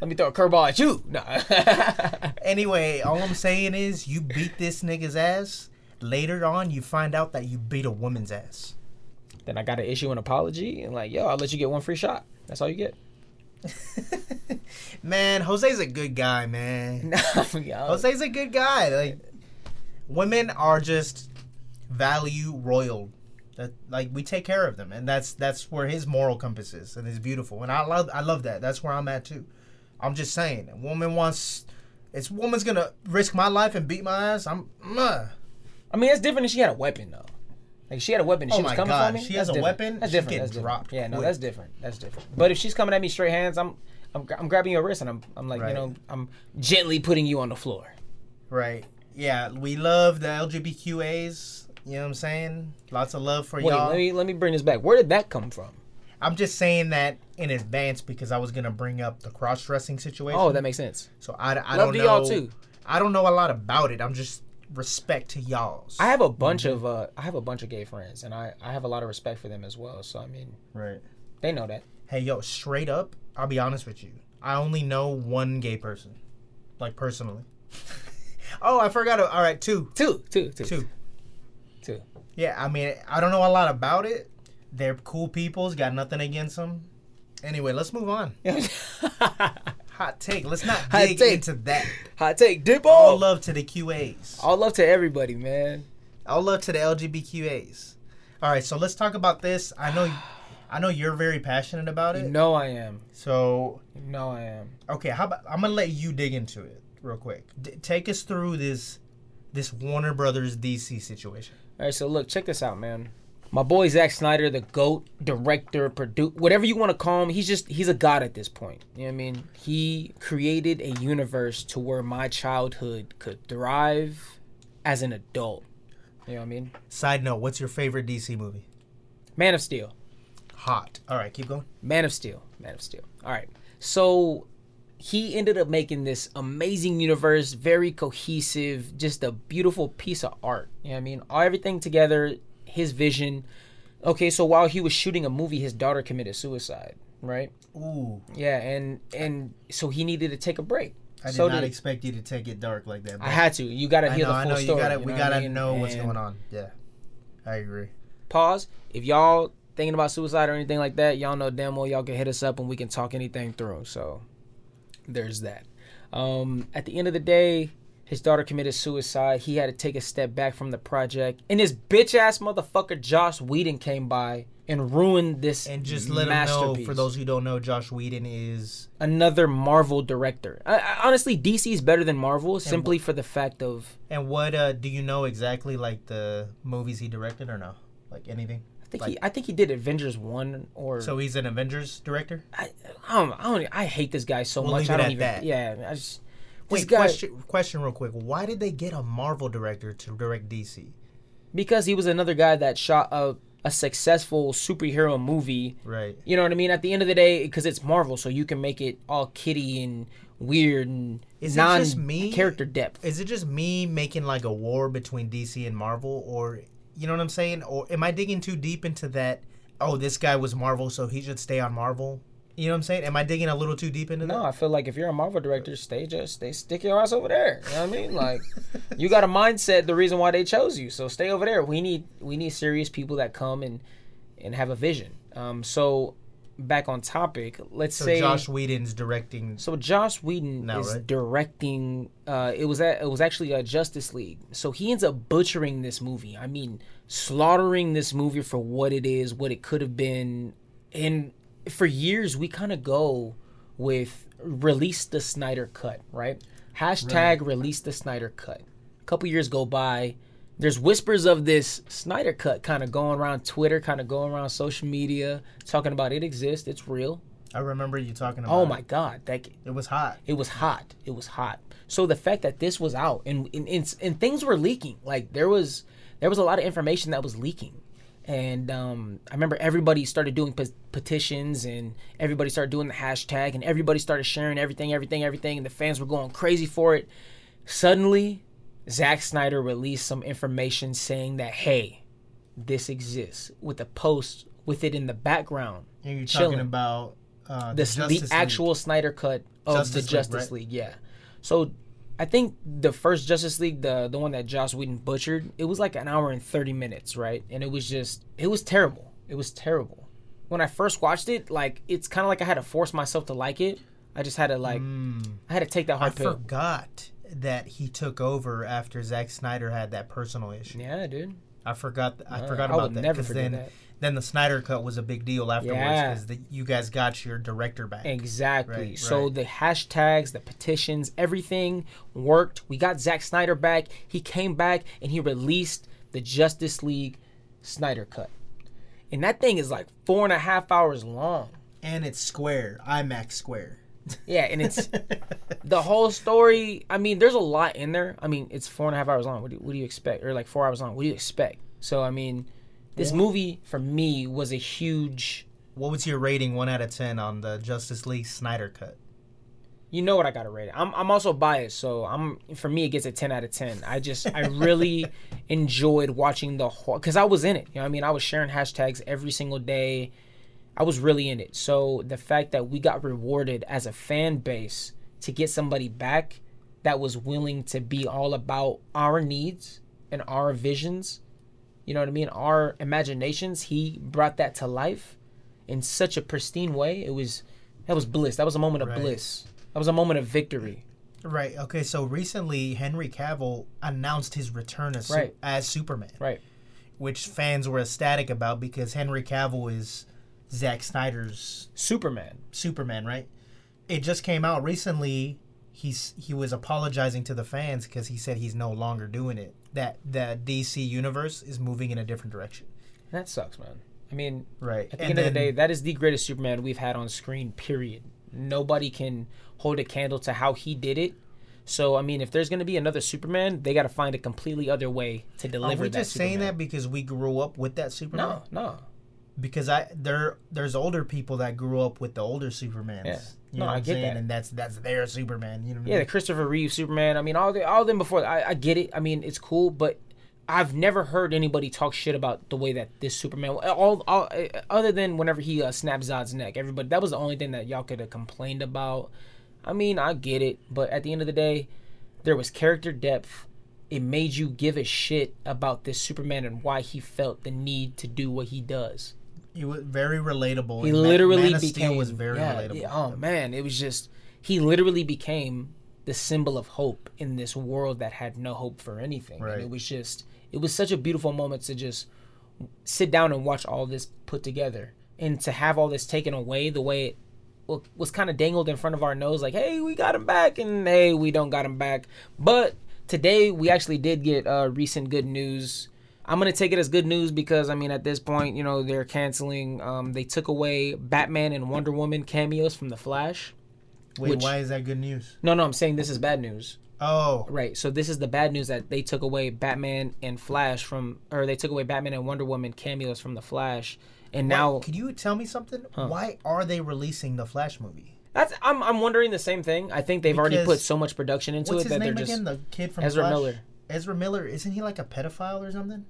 S2: Let me throw a curveball at you. No.
S1: Anyway, all I'm saying is, you beat this nigga's ass. Later on, you find out that you beat a woman's ass.
S2: then I got to issue an apology and like, yo, I'll let you get one free shot. That's all you get.
S1: Man, Jose's a good guy, man.
S2: Yo,
S1: Jose's a good guy. Like, women are just value royal. That like we take care of them, and that's that's where his moral compass is, and it's beautiful. And I love I love that. That's where I'm at too. I'm just saying, a woman wants. It's woman's gonna risk my life and beat my ass. I'm. uh, mwah.
S2: I mean, that's different if she had a weapon though. Like she had a weapon. And
S1: Oh
S2: she was
S1: my
S2: coming
S1: God,
S2: for me.
S1: she
S2: that's
S1: has a
S2: different.
S1: weapon,
S2: That's
S1: she
S2: different.
S1: getting
S2: that's different.
S1: dropped
S2: Yeah, no,
S1: quick.
S2: that's different. That's different. But if she's coming at me straight hands, I'm, I'm, I'm grabbing your wrist and I'm, I'm like,
S1: Right.
S2: you know, I'm gently putting you on the floor.
S1: Right. Yeah. We love the LGBTQAs. You know what I'm saying? Lots of love for
S2: Wait,
S1: y'all.
S2: let me let me bring this back. Where did that come from?
S1: I'm just saying that in advance because I was gonna bring up the cross dressing situation.
S2: Oh, that makes sense.
S1: So I, I don't
S2: Love to
S1: know.
S2: y'all, too.
S1: I don't know a lot about it. I'm just respect to y'all's.
S2: I have a bunch
S1: Mm-hmm.
S2: of uh, I have a bunch of gay friends, and I I have a lot of respect for them as well. So I mean,
S1: right.
S2: they know that.
S1: Hey, yo, straight up, I'll be honest with you. I only know one gay person, like personally. oh, I forgot. All right, two,
S2: Two, two, two,
S1: two.
S2: two.
S1: Yeah, I mean, I don't know a lot about it. They're cool people's. Got nothing against them. Anyway, let's move on. Hot take. Let's not
S2: Hot
S1: dig
S2: take. Oh.
S1: into that.
S2: Hot take, dip
S1: All
S2: all.
S1: love to the QAs.
S2: All love to everybody, man.
S1: All love to the LGBTQAs. All right, so let's talk about this. I know, I know you're very passionate about
S2: You
S1: it.
S2: know I am.
S1: So
S2: You know I am.
S1: okay, how about I'm gonna let you dig into it real quick. D- take us through this, this Warner Brothers DC situation.
S2: All right, so look, check this out, man. My boy Zack Snyder, the GOAT, director, producer, whatever you want to call him, he's just, he's a god at this point. You know what I mean? He created a universe to where my childhood could thrive as an adult. You know what I mean?
S1: Side note: What's your favorite DC movie?
S2: Man of Steel.
S1: Hot. All right, keep going.
S2: Man of Steel. Man of Steel. All right. So he ended up making this amazing universe, very cohesive, just a beautiful piece of art. You know what I mean? All everything together, his vision. Okay, so while he was shooting a movie, his daughter committed suicide, right?
S1: Ooh,
S2: Yeah, and and so he needed to take a break.
S1: I did
S2: so
S1: not
S2: did-
S1: expect you to take it dark like that.
S2: I had to. You got to
S1: I
S2: hear
S1: know,
S2: the
S1: I
S2: full
S1: know.
S2: story.
S1: you gotta,
S2: you
S1: we
S2: know what
S1: gotta
S2: I mean?
S1: know what's
S2: And-
S1: going on. Yeah, I agree.
S2: pause. If y'all thinking about suicide or anything like that, y'all know damn well y'all can hit us up and we can talk anything through. So there's that. Um, at the end of the day, his daughter committed suicide. He had to take a step back from the project, and this bitch ass motherfucker Josh Whedon came by and ruined this
S1: And just let them know
S2: masterpiece.
S1: for those who don't know, Josh Whedon is
S2: another Marvel director. I, I, honestly, DC is better than Marvel simply for the fact of
S1: And what uh, do you know exactly, like the movies he directed or no? Like anything?
S2: I think he I think he did Avengers one or
S1: So he's an Avengers director.
S2: I, I don't. I don't. I hate this guy so
S1: We'll
S2: much.
S1: leave
S2: I
S1: it
S2: don't
S1: at
S2: even.
S1: that.
S2: Yeah. I just. This
S1: Wait,
S2: guy,
S1: question, question real quick. Why did they get a Marvel director to direct DC?
S2: because he was another guy that shot a a successful superhero movie.
S1: Right.
S2: You know what I mean? At the end of the day, because it's Marvel, so you can make it all kitty and weird and
S1: Is it
S2: non
S1: just me?
S2: character depth.
S1: Is it just me making like a war between DC and Marvel, or you know what I'm saying? Or am I digging too deep into that? Oh, this guy was Marvel, so he should stay on Marvel. You know what I'm saying? Am I digging a little too deep into
S2: No,
S1: that?
S2: I feel like if you're a Marvel director, stay just stay stick your ass over there. You know what I mean? Like you got a mindset the reason why they chose you. So stay over there. We need we need serious people that come and and have a vision. Um so back on topic, let's
S1: So
S2: say
S1: Josh Whedon's directing.
S2: so Josh Whedon
S1: No,
S2: is
S1: right?
S2: directing. Uh, it was at, it was actually a Justice League. So he ends up butchering this movie. I mean, slaughtering this movie for what it is, what it could have been. And for years, we kind of go with release the Snyder cut, right? Hashtag release the Snyder cut. A couple years go by. There's whispers of this Snyder cut kind of going around Twitter, kind of going around social media, talking about it exists, it's real.
S1: I remember you talking about.
S2: Oh
S1: it.
S2: my God, that
S1: It was hot.
S2: it was hot. It was hot. So the fact that this was out and and, and and things were leaking, like there was there was a lot of information that was leaking, and um, I remember everybody started doing pe- petitions and everybody started doing the hashtag and everybody started sharing everything, everything, everything, and the fans were going crazy for it. Suddenly, Zack Snyder released some information saying that hey, this exists with a post with it in the background
S1: And you're
S2: Chilling.
S1: talking about uh,
S2: the, s- the
S1: Justice League.
S2: actual Snyder cut of
S1: Justice
S2: the
S1: League,
S2: Justice
S1: right?
S2: League, yeah. So I think the first Justice League, the the one that Joss Whedon butchered, it was like an hour and thirty minutes, right? And it was just it was terrible. It was terrible. When I first watched it, like it's kinda like I had to force myself to like it. I just had to like I had to take that
S1: Hmm. I
S2: hard pill.
S1: forgot that he took over after Zack Snyder had that personal issue.
S2: yeah, dude.
S1: I forgot. Th- I
S2: Uh,
S1: forgot
S2: I
S1: about
S2: would
S1: that.
S2: never
S1: 'cause
S2: forget
S1: then,
S2: that.
S1: then the Snyder cut was a big deal afterwards
S2: Yeah.
S1: because you guys got your director back.
S2: Exactly.
S1: Right,
S2: so
S1: right.
S2: the hashtags, the petitions, everything worked. We got Zack Snyder back. He came back and he released the Justice League Snyder Cut. And that thing is like four and a half hours long.
S1: and it's square, IMAX square.
S2: Yeah, and it's the whole story. I mean, there's a lot in there. I mean, it's four and a half hours long. What do, what do you expect? Or like four hours long. What do you expect? So, I mean, this movie for me was a huge.
S1: What was your rating, one out of ten, on the Justice League Snyder cut?
S2: You know what I gotta rate it. I'm I'm also biased, so I'm for me it gets a ten out of ten. I just I really enjoyed watching the whole because I was in it. You know what I mean? I was sharing hashtags every single day. I was really in it. So the fact that we got rewarded as a fan base to get somebody back that was willing to be all about our needs and our visions, you know what I mean? Our imaginations, he brought that to life in such a pristine way. It was that was bliss. That was a moment of
S1: Right.
S2: bliss. That was a moment of victory.
S1: Right. Okay. So recently, Henry Cavill announced his return as, Su-
S2: Right.
S1: as Superman,
S2: Right.
S1: which fans were ecstatic about because Henry Cavill is Zack Snyder's
S2: Superman.
S1: Superman, right? It just came out recently. He's he was apologizing to the fans because he said he's no longer doing it. That that DC universe is moving in a different direction.
S2: That sucks, man. I mean,
S1: Right.
S2: at the end of the day, that is the greatest Superman we've had on screen, period. Nobody can hold a candle to how he did it. So, I mean, if there's going to be another Superman, they got to find a completely other way to
S1: are
S2: deliver
S1: we
S2: that
S1: just saying that because we grew up with that Superman?
S2: Superman. No, no.
S1: because I there there's older people that grew up with the older Supermans.
S2: Yeah.
S1: You
S2: No,
S1: know what
S2: I
S1: I'm
S2: get
S1: saying?
S2: that.
S1: And that's that's their Superman. You know what I
S2: Yeah,
S1: mean?
S2: the Christopher Reeve Superman. I mean, all the, all them before. I, I get it. I mean, it's cool, but I've never heard anybody talk shit about the way that this Superman. All, all uh, other than whenever he uh, snapped Zod's neck. Everybody, that was the only thing that y'all could have complained about. I mean, I get it, but at the end of the day, there was character depth. It made you give a shit about this Superman and why he felt the need to do what he does.
S1: He was very relatable.
S2: He
S1: and Ma-
S2: literally
S1: Man of
S2: became
S1: Steel was very
S2: yeah,
S1: relatable.
S2: yeah, oh man, it was just he literally became the symbol of hope in this world that had no hope for anything. And
S1: Right.
S2: it was just it was such a beautiful moment to just sit down and watch all this put together and to have all this taken away the way it wa- was kind of dangled in front of our nose like hey we got him back and hey we don't got him back but today we actually did get uh, recent good news i'm gonna take it as good news because i mean at this point you know they're canceling um, they took away batman and wonder woman cameos from the flash
S1: Wait,
S2: which-
S1: why is that good news?
S2: no no i'm saying this is bad news
S1: Oh,
S2: Right. So this is the bad news that they took away Batman and Flash from, or they took away Batman and Wonder Woman cameos from the Flash, and now
S1: could you tell me something? Why are they releasing the Flash movie?
S2: that's I'm I'm wondering the same thing. I think they've already put
S1: Because-
S2: so much production into
S1: What's
S2: it
S1: his
S2: that
S1: name
S2: they're
S1: again?
S2: just
S1: The kid from
S2: Ezra
S1: Flash?
S2: Miller.
S1: Ezra Miller. Isn't he like a pedophile or something?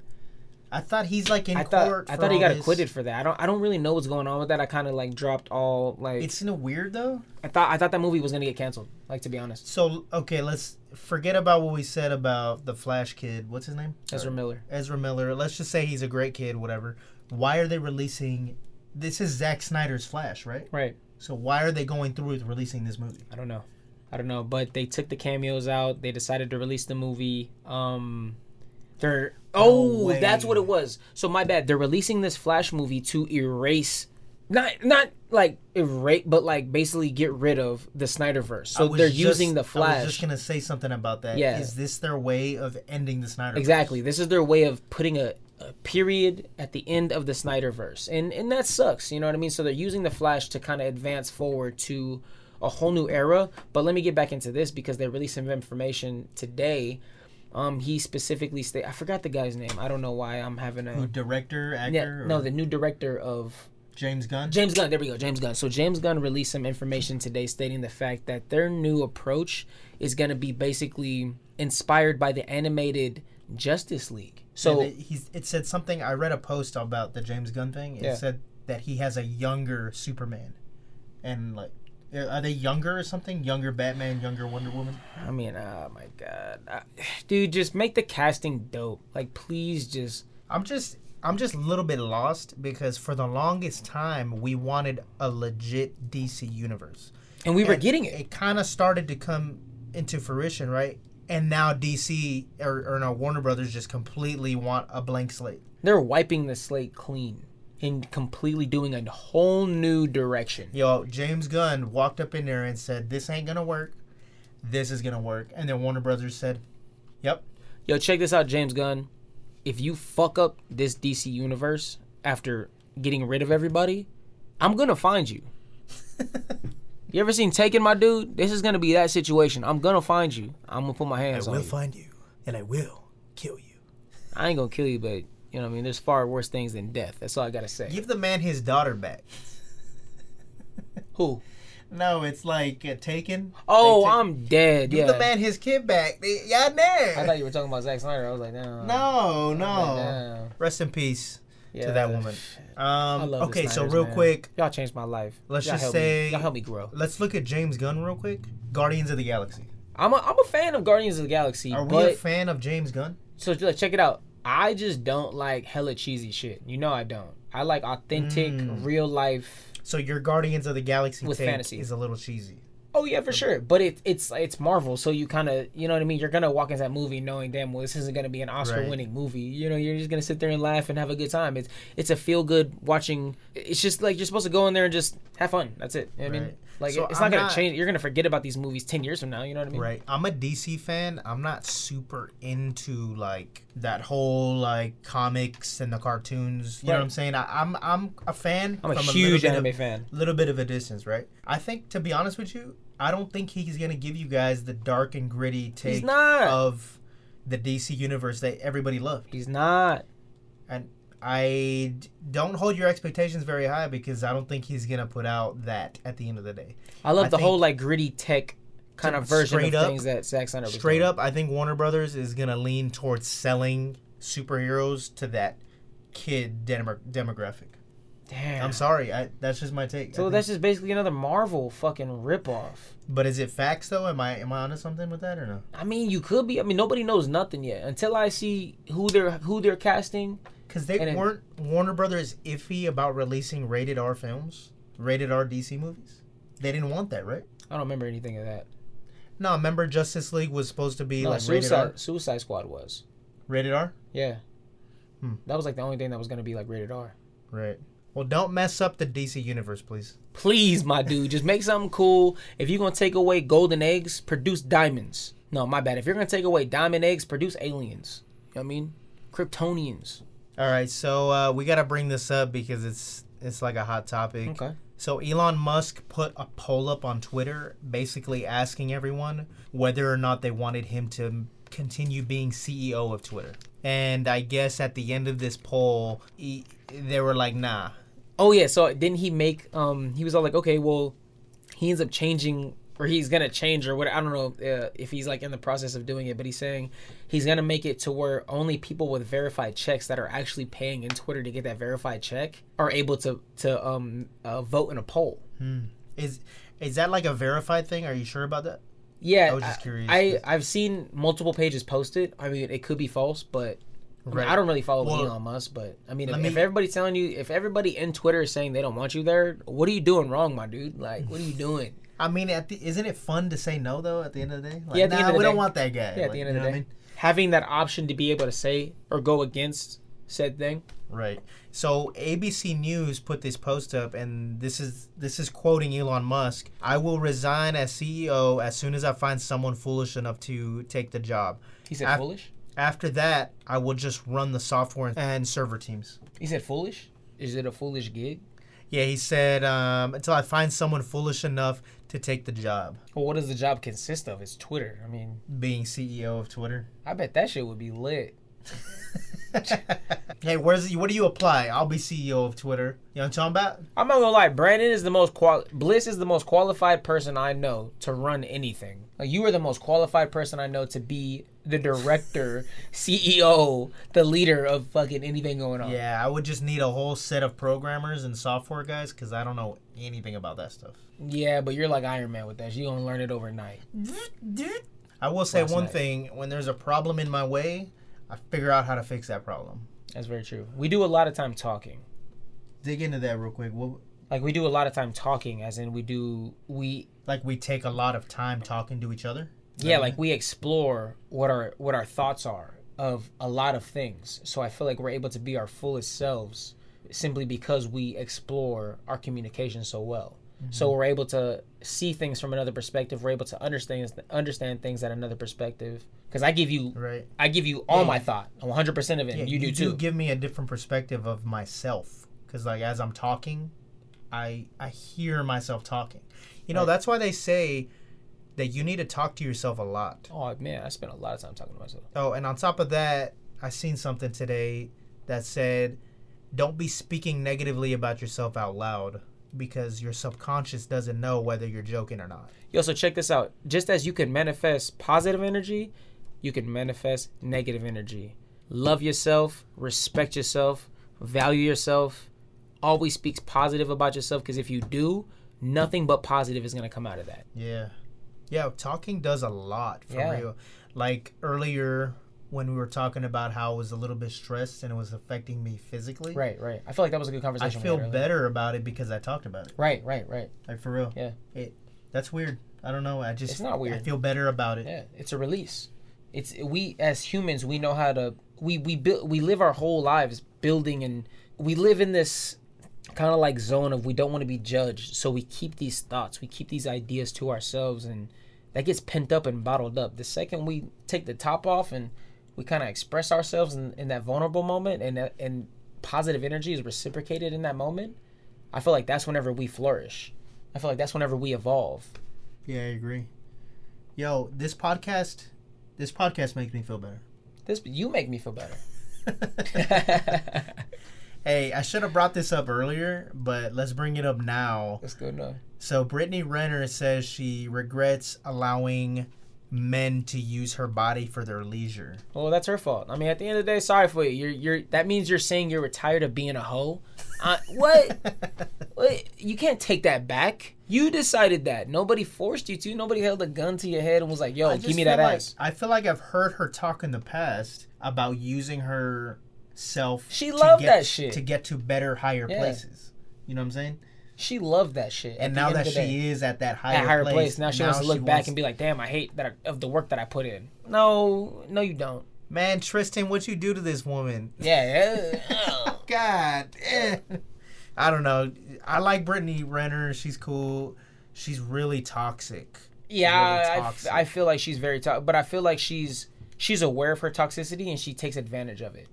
S1: I thought he's like in
S2: I thought
S1: court.
S2: I
S1: for
S2: thought he
S1: all
S2: got
S1: this-
S2: acquitted for that. I don't I don't really know what's going on with that. I kind of like dropped all like
S1: It's in a weird though.
S2: I thought I thought that movie was gonna get canceled. Like to be honest,
S1: So okay, let's forget about what we said about the Flash kid. What's his name?
S2: Ezra Miller.
S1: Ezra Miller. Let's just say he's a great kid, whatever. Why are they releasing? This is Zack Snyder's Flash, right?
S2: Right.
S1: So why are they going through with releasing this movie?
S2: I don't know. I don't know, but they took the cameos out. They decided to release the movie. Um they're
S1: No
S2: Oh, that's
S1: way.
S2: what it was. So my bad. They're releasing this Flash movie to erase not not like erase but like basically get rid of the Snyderverse.
S1: I
S2: So
S1: was
S2: they're
S1: just-
S2: using the
S1: I was
S2: Flash.
S1: just gonna say something about that. Is
S2: Yeah.
S1: this their way of ending the Snyder?
S2: Exactly. This is their way of putting a, a period at the end of the Snyderverse. And and that sucks, you know what I mean? So they're using the Flash to kind of advance forward to a whole new era. But let me get back into this because they released some information today. Um, he specifically sta I forgot the guy's name. I don't know why I'm having
S1: Who,
S2: a
S1: director, actor?
S2: yeah, no,
S1: or
S2: the new director of
S1: James Gunn.
S2: James Gunn. There we go, James Gunn. So James Gunn released some information today stating the fact that their new approach is going to be basically inspired by the animated Justice League. So
S1: And it, he's, it said something. I read a post about the James Gunn thing. It
S2: Yeah.
S1: said that he has a younger Superman, and like, are they younger or something? Younger Batman, younger Wonder Woman.
S2: I mean, oh my god, I, dude, just make the casting dope. Like, please, just
S1: I'm just I'm just a little bit lost because for the longest time we wanted a legit DC universe.
S2: and we were
S1: And
S2: getting it.
S1: It kind of started to come into fruition, right? And now DC or, or no Warner Brothers just completely want a blank slate.
S2: They're wiping the slate clean and completely doing a whole new direction.
S1: Yo, James Gunn walked up in there and said, "This ain't gonna work. This is gonna work." And then Warner Brothers said, "Yep,
S2: Yo, check this out, James Gunn. If you fuck up this DC universe after getting rid of everybody, I'm gonna find you. you ever seen Taken, my dude? This is gonna be that situation. I'm gonna find you. I'm gonna put my hands on you.
S1: find you, and I will kill you."
S2: I ain't gonna kill you, but you know what I mean. There's far worse things than death. That's all I gotta say.
S1: Give the man his daughter back.
S2: Who?
S1: No, it's like uh, Taken.
S2: Oh,
S1: They took-
S2: I'm dead.
S1: Give
S2: Yeah.
S1: the man his kid back. They, y'all
S2: I
S1: there?
S2: thought you were talking about Zack Snyder. I was like, no.
S1: No,
S2: I'm like,
S1: no.
S2: "Damn."
S1: Rest in peace
S2: Yeah.
S1: to that woman.
S2: I
S1: Um,
S2: love the
S1: okay, so
S2: Snyders,
S1: real
S2: man.
S1: quick,
S2: Y'all changed my life.
S1: Let's
S2: Y'all
S1: just
S2: helped me-
S1: say-
S2: y'all helped me grow.
S1: let's look at James Gunn real quick. Guardians of the Galaxy.
S2: I'm a, I'm a fan of Guardians of the Galaxy,
S1: Are we
S2: but
S1: a fan of James Gunn?
S2: so like, check it out. I just don't like hella cheesy shit. You know I don't. I like authentic,
S1: Mm.
S2: real life.
S1: So your Guardians of the Galaxy
S2: With
S1: take
S2: fantasy.
S1: is a little cheesy.
S2: Oh yeah, for sure. But it, it's it's Marvel, so you kind of you know what I mean. You're gonna walk into that movie knowing damn well this isn't gonna be an Oscar-winning movie. You know, you're just gonna sit there and laugh and have a good time. It's it's a feel-good watching. It's just like you're supposed to go in there and just have fun. That's it. You know what I mean,
S1: Right.
S2: like
S1: So
S2: it's not
S1: I'm
S2: gonna
S1: not-
S2: change. You're gonna forget about these movies ten years from now. You know what I mean?
S1: Right. I'm a DC fan. I'm not super into like that whole like comics and the cartoons. You know
S2: Right.
S1: what I'm saying? I, I'm I'm a fan.
S2: I'm a
S1: from little
S2: huge
S1: bit
S2: anime
S1: of-
S2: fan.
S1: little bit of a distance, right? I think to be honest with you, I don't think he's gonna give you guys the dark and gritty take
S2: not.
S1: of the DC universe that everybody loved.
S2: He's not.
S1: I d- don't hold your expectations very high because I don't think he's gonna put out that at the end of the day.
S2: I love
S1: I
S2: the whole
S1: think-
S2: like gritty tech kind of
S1: Straight
S2: version of
S1: up-
S2: things that Zack Snyder was
S1: Straight
S2: doing.
S1: up, I think Warner Brothers is gonna lean towards selling superheroes to that kid demo- demographic.
S2: Damn.
S1: I'm sorry, I, that's just my take. I
S2: So
S1: think-
S2: that's just basically another Marvel fucking ripoff.
S1: but is it facts though? Am I am I onto something with that or no?
S2: I mean, you could be. I mean, nobody knows nothing yet until I see who they're who they're casting.
S1: Because they
S2: And it-
S1: weren't Warner Brothers iffy about releasing rated R films, rated R DC movies. They didn't want that, right?
S2: I don't remember anything of that.
S1: No, remember Justice League was supposed to be
S2: No,
S1: like rated R.
S2: Suicide, Suicide Squad was.
S1: Rated R.
S2: Yeah.
S1: Hmm.
S2: That was like the only thing that was gonna be like rated R.
S1: Right. Well, don't mess up the DC universe, please.
S2: Please, my dude, just make something cool. If you're gonna take away golden eggs, produce diamonds. No, my bad. If you're gonna take away diamond eggs, produce aliens. You know what I mean? Kryptonians.
S1: All right, so uh, we got to bring this up because it's it's like a hot topic.
S2: Okay.
S1: So Elon Musk put a poll up on Twitter, basically asking everyone whether or not they wanted him to continue being CEO of Twitter. And I guess at the end of this poll, he, they were like, "Nah."
S2: Oh yeah, so didn't he make um he was all like, okay, well, he ends up changing or he's gonna change or what I don't know uh, if he's like in the process of doing it, but he's saying he's gonna make it to where only people with verified checks that are actually paying in Twitter to get that verified check are able to to um uh, vote in a poll.
S1: Is is that like a verified thing? Are you sure about that?
S2: Yeah,
S1: I was just curious.
S2: I I've seen multiple pages posted. I mean, it could be false, but. I, mean,
S1: Right.
S2: I don't really follow
S1: Well,
S2: Elon Musk, but I mean, if,
S1: let me-
S2: if everybody's telling you, if everybody in Twitter is saying they don't want you there, what are you doing wrong, my dude? Like, what are you doing?
S1: I mean, at the, isn't it fun to say no though? At the end of the day, like,
S2: Yeah, at the
S1: nah,
S2: end of the
S1: we
S2: day.
S1: don't want that guy.
S2: Yeah, at
S1: Like,
S2: the
S1: you
S2: end of
S1: know
S2: the
S1: what
S2: day,
S1: I mean?
S2: having that option to be able to say or go against said thing.
S1: Right. So ABC News put this post up, and this is this is quoting Elon Musk. I will resign as CEO as soon as I find someone foolish enough to take the job.
S2: He said
S1: I-
S2: foolish.
S1: After that, I will just run the software and server teams.
S2: He said foolish. Is it a foolish gig?
S1: Yeah, he said um, until I find someone foolish enough to take the job.
S2: Well, what does the job consist of? It's Twitter. I mean,
S1: Being CEO of Twitter.
S2: I bet that shit would be lit.
S1: hey, where's what do you apply? I'll be CEO of Twitter. You know what I'm talking about?
S2: I'm not gonna lie. Brandon is the most qual. Bliss is the most qualified person I know to run anything. Like you are the most qualified person I know to be the director, CEO, the leader of fucking anything going on.
S1: Yeah, I would just need a whole set of programmers and software guys because I don't know anything about that stuff.
S2: Yeah, but you're like Iron Man with that. You gonna learn it overnight.
S1: I will say
S2: Last
S1: one
S2: night.
S1: thing: when there's a problem in my way, I figure out how to fix that problem.
S2: That's very true. We do a lot of time talking.
S1: Dig into that real quick. What,
S2: like we do a lot of time talking as in we do we
S1: like we take a lot of time talking to each other.
S2: yeah like we explore what our what our thoughts are of a lot of things so i feel like we're able to be our fullest selves simply because we explore our communication so well so
S1: Mm-hmm.
S2: we're able to see things from another perspective we're able to understand understand things at another perspective because i give you
S1: Right.
S2: i give you all
S1: Yeah.
S2: my thought 100% of it
S1: Yeah,
S2: you, do too
S1: give me a different perspective of myself because, like, as I'm talking, I I hear myself talking. You know,
S2: Right.
S1: that's why they say that you need to talk to yourself a lot.
S2: oh man i spent a lot of time talking to myself
S1: Oh, and on top of that, I seen something today that said, "Don't be speaking negatively about yourself out loud. because your subconscious doesn't know whether you're joking or not.
S2: Yo, so check this out. Just as you can manifest positive energy, you can manifest negative energy. Love yourself, respect yourself, value yourself. Always speaks positive about yourself because if you do, nothing but positive is gonna come out of that.
S1: Yeah. Yeah, talking does a lot for
S2: Yeah.
S1: real. Like earlier when we were talking about how I was a little bit stressed and it was affecting me physically.
S2: Right, right. I feel like that was a good
S1: I
S2: conversation. we had
S1: feel
S2: earlier.
S1: better about it because I talked about it.
S2: Right, right, right.
S1: Like for real.
S2: Yeah.
S1: It that's weird. I don't know. I just
S2: It's not
S1: I
S2: weird.
S1: feel better about it.
S2: Yeah, it's a release. It's we as humans we know how to we we build we live our whole lives building and we live in this kind of like zone of we don't want to be judged, so we keep these thoughts, we keep these ideas to ourselves, and that gets pent up and bottled up. The second we take the top off and we kind of express ourselves in, in that vulnerable moment, and that- and positive energy is reciprocated in that moment. I feel like that's whenever we flourish. I feel like that's whenever we evolve.
S1: Yeah, I agree. Yo, this podcast this podcast makes me feel better.
S2: This you make me feel better.
S1: hey, I should have brought this up earlier, but let's bring it up now.
S2: That's good enough.
S1: So Brittany Renner says she regrets allowing men to use her body for their leisure.
S2: Well, that's her fault. I mean, at the end of the day, sorry for you. You're you're that means you're saying you're retired of being a hoe. Uh, what? what? You can't take that back. You decided that. Nobody forced you to. Nobody held a gun to your head and was like, "Yo,
S1: I just
S2: give me
S1: feel
S2: that
S1: like-
S2: ass."
S1: I feel like I've heard her talk in the past about using her self.
S2: She loved
S1: get,
S2: that shit.
S1: to get to better, higher
S2: Yeah.
S1: places. You know what I'm saying?
S2: She loved that shit.
S1: And now that she is at that higher,
S2: at higher place,
S1: place,
S2: now she wants to look back and be like, "Damn, I hate that I, of the work that I put in." No, no, you don't.
S1: "Man, Tristan, what you do to this woman?"
S2: Yeah. yeah.
S1: God, eh. I don't know. I like Brittany Renner. She's cool. She's really toxic.
S2: Yeah,
S1: really
S2: I- I f-
S1: toxic.
S2: I feel like she's very toxic, but I feel like she's she's aware of her toxicity and she takes advantage of it.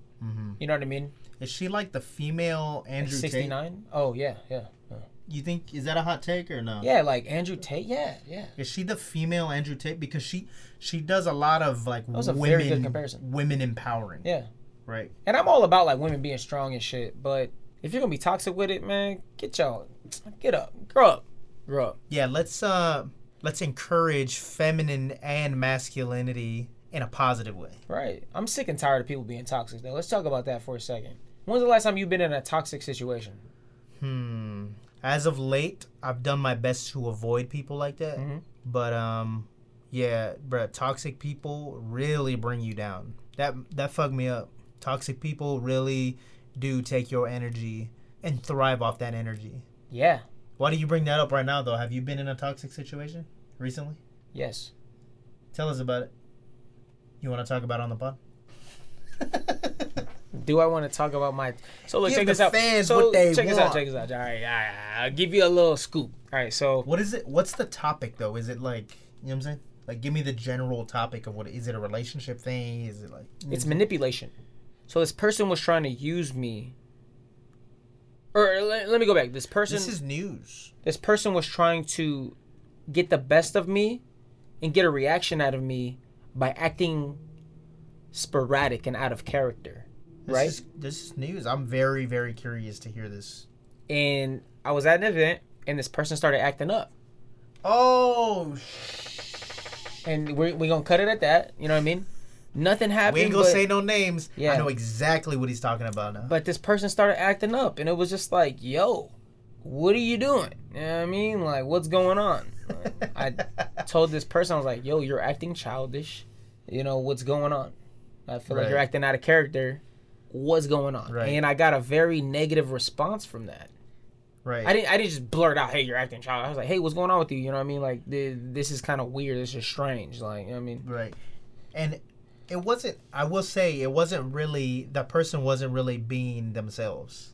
S2: You know what I mean?
S1: Is she like the female Mm-hmm. Andrew
S2: Sixty
S1: Tate?
S2: nine. Oh yeah, yeah, yeah.
S1: You think is that a hot take or no?
S2: yeah. Like Andrew Tate. Yeah, yeah.
S1: Is she the female Andrew Tate? Because she she does a lot of like
S2: was a
S1: women
S2: very good comparison.
S1: women empowering.
S2: Yeah.
S1: Right.
S2: And I'm all about like women being strong and shit, but if you're gonna be toxic with it, man, get y'all, get up, grow up, grow up.
S1: Yeah, let's uh let's encourage feminine and masculinity in a positive way.
S2: Right. I'm sick and tired of people being toxic though. Let's talk about that for a second. When's the last time you've been in a toxic situation?
S1: Hmm. As of late, I've done my best to avoid people like that.
S2: Mhm.
S1: But um yeah, bruh, toxic people really bring you down. That that fucked me up. Toxic people really do take your energy and thrive off that energy.
S2: Yeah.
S1: Why do you bring that up right now, though? Have you been in a toxic situation recently?
S2: Yes.
S1: Tell us about it. You want to talk about it on the pod?
S2: Do I want to talk about my? So look,
S1: Give
S2: check
S1: the
S2: this out.
S1: fans
S2: so
S1: what they
S2: check this out.
S1: want.
S2: Check this out. All right, all right, I'll give you a little scoop. All right, so
S1: what is it? What's the topic though? Is it like you know what I'm saying? Like, give me the general topic of what is it? A relationship thing? Is it like
S2: it's manipulation. So this person was trying to use me. Or let, let me go back. This person,
S1: this is news?
S2: this person was trying to get the best of me, and get a reaction out of me by acting sporadic and out of character.
S1: This
S2: right.
S1: Is, this is news. I'm very very curious to hear this.
S2: and I was at an event, and this person started acting up.
S1: Oh, sh-
S2: And we're, we're gonna cut it at that. You know what I mean? Nothing happened.
S1: we ain't gonna
S2: but-
S1: say no names. I
S2: Yeah.
S1: know exactly what he's talking about now.
S2: But this person started acting up, and it was just like, yo, what are you doing? You know what I mean? Like, what's going on? I told this person, I was like, yo, you're acting childish. You know, what's going on? I feel like you're
S1: Right.
S2: acting out of character. What's going on?
S1: Right.
S2: And I got a very negative response from that.
S1: right.
S2: I didn't. I didn't just blurt out, "Hey, you're acting childish." I was like, "Hey, what's going on with you?" You know what I mean? Like, th- this is kind of weird. This is strange. Like, you know what I mean,
S1: Right. And it wasn't I will say it wasn't really that person wasn't really being themselves.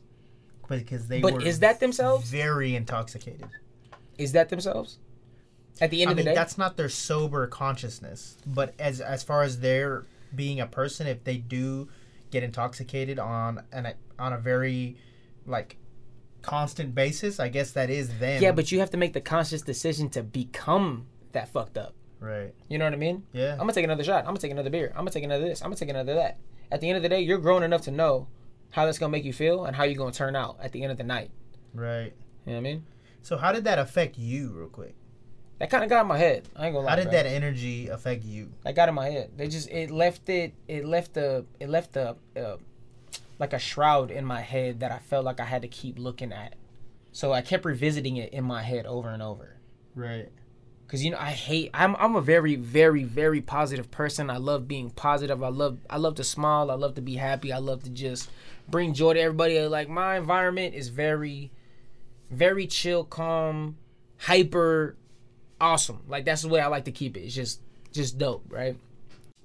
S1: Because they were
S2: but is that themselves?
S1: very intoxicated.
S2: Is that themselves? At the end
S1: I
S2: of
S1: mean,
S2: the day,
S1: that's not their sober consciousness. But as as far as their being a person, if they do get intoxicated on an on a very like constant basis, I guess that is them.
S2: Yeah, but you have to make the conscious decision to become that fucked up.
S1: right.
S2: You know what I mean?
S1: Yeah.
S2: I'm gonna take another shot. I'm gonna take another beer. I'm gonna take another this. I'm gonna take another that. At the end of the day, you're grown enough to know how that's gonna make you feel and how you're gonna turn out at the end of the night.
S1: right.
S2: You know what I mean?
S1: So how did that affect you, real quick?
S2: That kind of got in my head. I ain't gonna lie.
S1: How did
S2: bro.
S1: that energy affect you?
S2: That got in my head. They just it left it it left the it left the uh, like a shroud in my head that I felt like I had to keep looking at. So I kept revisiting it in my head over and over.
S1: Right.
S2: Cause you know I hate I'm I'm a very very very positive person. I love being positive. I love I love to smile. I love to be happy. I love to just bring joy to everybody. Like my environment is very very chill, calm, hyper awesome. Like that's the way I like to keep it. It's just just dope, right?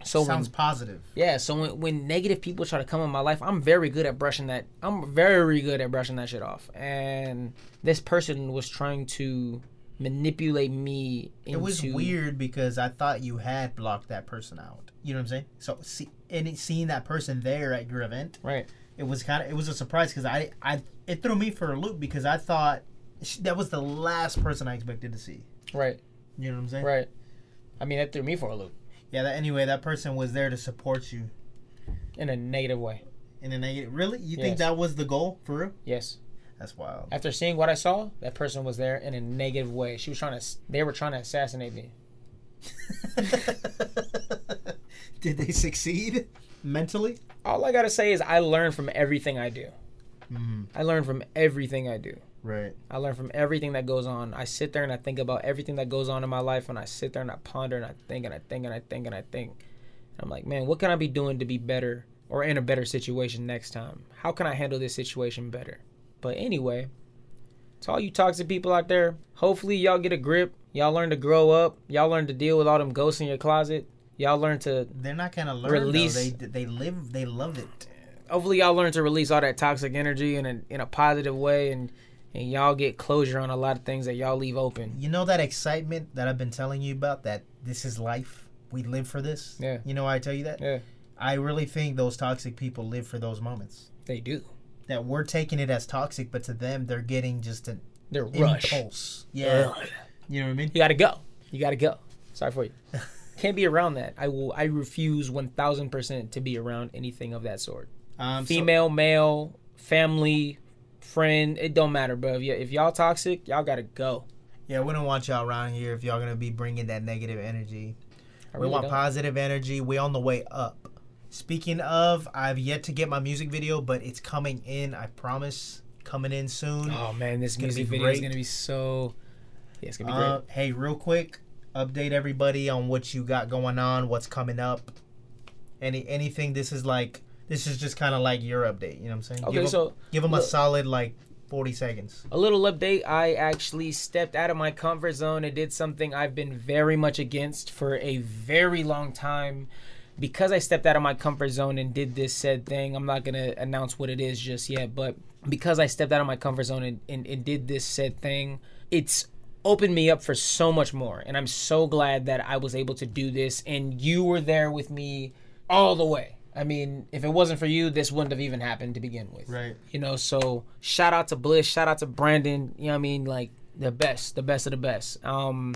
S2: So when-
S1: Sounds positive.
S2: yeah, so when, when negative people try to come in my life, I'm very good at brushing that. I'm very good at brushing that shit off. And this person was trying to manipulate me into
S1: It was weird because I thought you had blocked that person out. You know what I'm saying? So see, and it- seeing that person there at your event,
S2: Right.
S1: it was kind of it was a surprise because I I it threw me for a loop because I thought sh- that was the last person I expected to see.
S2: Right.
S1: You know what I'm saying?
S2: Right. I mean, that threw me for a loop
S1: Yeah. That, anyway, that person was there to support you
S2: in a negative way.
S1: in a negative. Really? You think
S2: Yes.
S1: that was the goal for real?
S2: Yes.
S1: That's wild.
S2: After seeing what I saw, that person was there in a negative way. She was trying to ass- they were trying to assassinate me.
S1: Did they succeed mentally?
S2: All I got to say is I learn from everything I do.
S1: Mm-hmm.
S2: I learn from everything I do.
S1: Right.
S2: I learn from everything that goes on. I sit there and I think about everything that goes on in my life, and I sit there and I ponder and I think and I think and I think and I think. And I'm like, man, what can I be doing to be better or in a better situation next time? How can I handle this situation better? But anyway, to all you toxic people out there, hopefully y'all get a grip. Y'all learn to grow up. Y'all learn to deal with all them ghosts in your closet. Y'all learn to
S1: They're not gonna learn.
S2: Release.
S1: Release. They they live. They love it.
S2: hopefully y'all learn to release all that toxic energy in a in a positive way and and y'all get closure on a lot of things that y'all leave open.
S1: You know that excitement that I've been telling you about. That this is life. We live for this.
S2: Yeah.
S1: You know why I tell you that?
S2: Yeah.
S1: I really think those toxic people live for those moments.
S2: They do.
S1: That we're taking it as toxic, but to them they're getting just an
S2: They're rush.
S1: impulse. Yeah.
S2: Ugh.
S1: You know what I mean?
S2: You gotta go. You gotta go. Sorry for you. Can't be around that. I will. I refuse one thousand percent to be around anything of that sort.
S1: Um, so-
S2: Female, male, family, friend. It don't matter, bro. If, y- if y'all toxic, y'all gotta go.
S1: yeah, we don't want y'all around here if y'all gonna be bringing that negative energy.
S2: I
S1: we
S2: really
S1: want
S2: don't.
S1: positive energy. We on the way up. Speaking of, I've yet to get my music video, but it's coming in. I promise, coming in soon.
S2: Oh man, this
S1: gonna be
S2: music video is
S1: great.
S2: gonna be so. Yeah, it's gonna be
S1: Uh, hey, real quick, update everybody on what you got going on, what's coming up, any anything. This is like this is just kind of like your update. You know what I'm saying?
S2: great.
S1: give
S2: Okay,
S1: 'em-
S2: so
S1: give them a
S2: look.
S1: solid like 40 seconds.
S2: A little update. I actually stepped out of my comfort zone and did something I've been very much against for a very long time. Because I stepped out of my comfort zone and did this said thing, I'm not going to announce what it is just yet, but because I stepped out of my comfort zone and, and, and did this said thing, it's opened me up for so much more. And I'm so glad that I was able to do this and you were there with me all the way. I mean, if it wasn't for you, this wouldn't have even happened to begin with
S1: Right.
S2: you know so shout out to bliss shout out to brandon you know what i mean like the best the best of the best um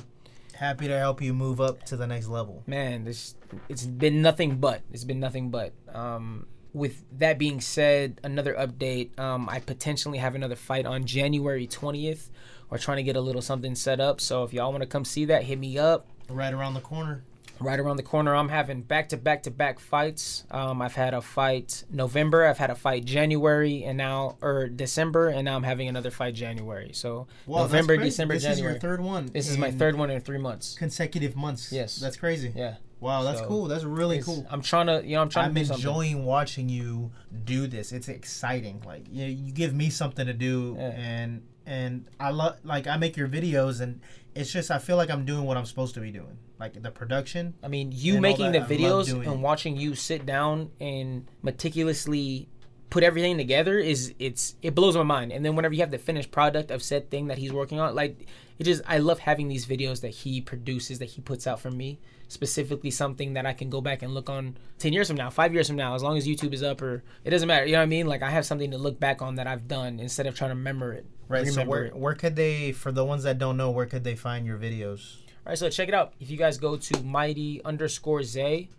S1: Happy to help you move up to the next level.
S2: man this it's been nothing but it's been nothing but um with that being said another update um i potentially have another fight on january 20th or trying to get a little something set up so if y'all want to come see that hit me up
S1: Right around the corner.
S2: right around the corner. I'm having back to back to back fights. Um, I've had a fight November, I've had a fight January, and now or December, and now I'm having another fight January. So
S1: Wow, that's
S2: November,
S1: crazy.
S2: December,
S1: this
S2: January.
S1: This is your third one.
S2: this is my
S1: in
S2: third one in three months.
S1: consecutive months.
S2: Yes.
S1: That's crazy.
S2: Yeah,
S1: Wow, that's
S2: So,
S1: cool. That's really
S2: It's-
S1: cool.
S2: I'm trying to, you know, I'm trying
S1: I'm
S2: to do something.
S1: enjoying watching you do this. It's exciting. Like you, you give me something to do,
S2: Yeah.
S1: and and I love like I make your videos, and it's just I feel like I'm doing what I'm supposed to be doing. Like the production.
S2: I mean, you
S1: and all
S2: making the
S1: that. I love
S2: videos
S1: doing it.
S2: and watching you sit down and meticulously put everything together is it's it blows my mind. And then whenever you have the finished product of said thing that he's working on, like it just I love having these videos that he produces that he puts out for me. Specifically, something that I can go back and look on ten years from now, five years from now, as long as YouTube is up or it doesn't matter. You know what I mean? Like I have something to look back on that I've done instead of trying to remember it.
S1: Right. So
S2: remember
S1: where
S2: it.
S1: where could they for the ones that don't know where could they find your videos?
S2: All right, so check it out. If you guys go to mighty underscore Zay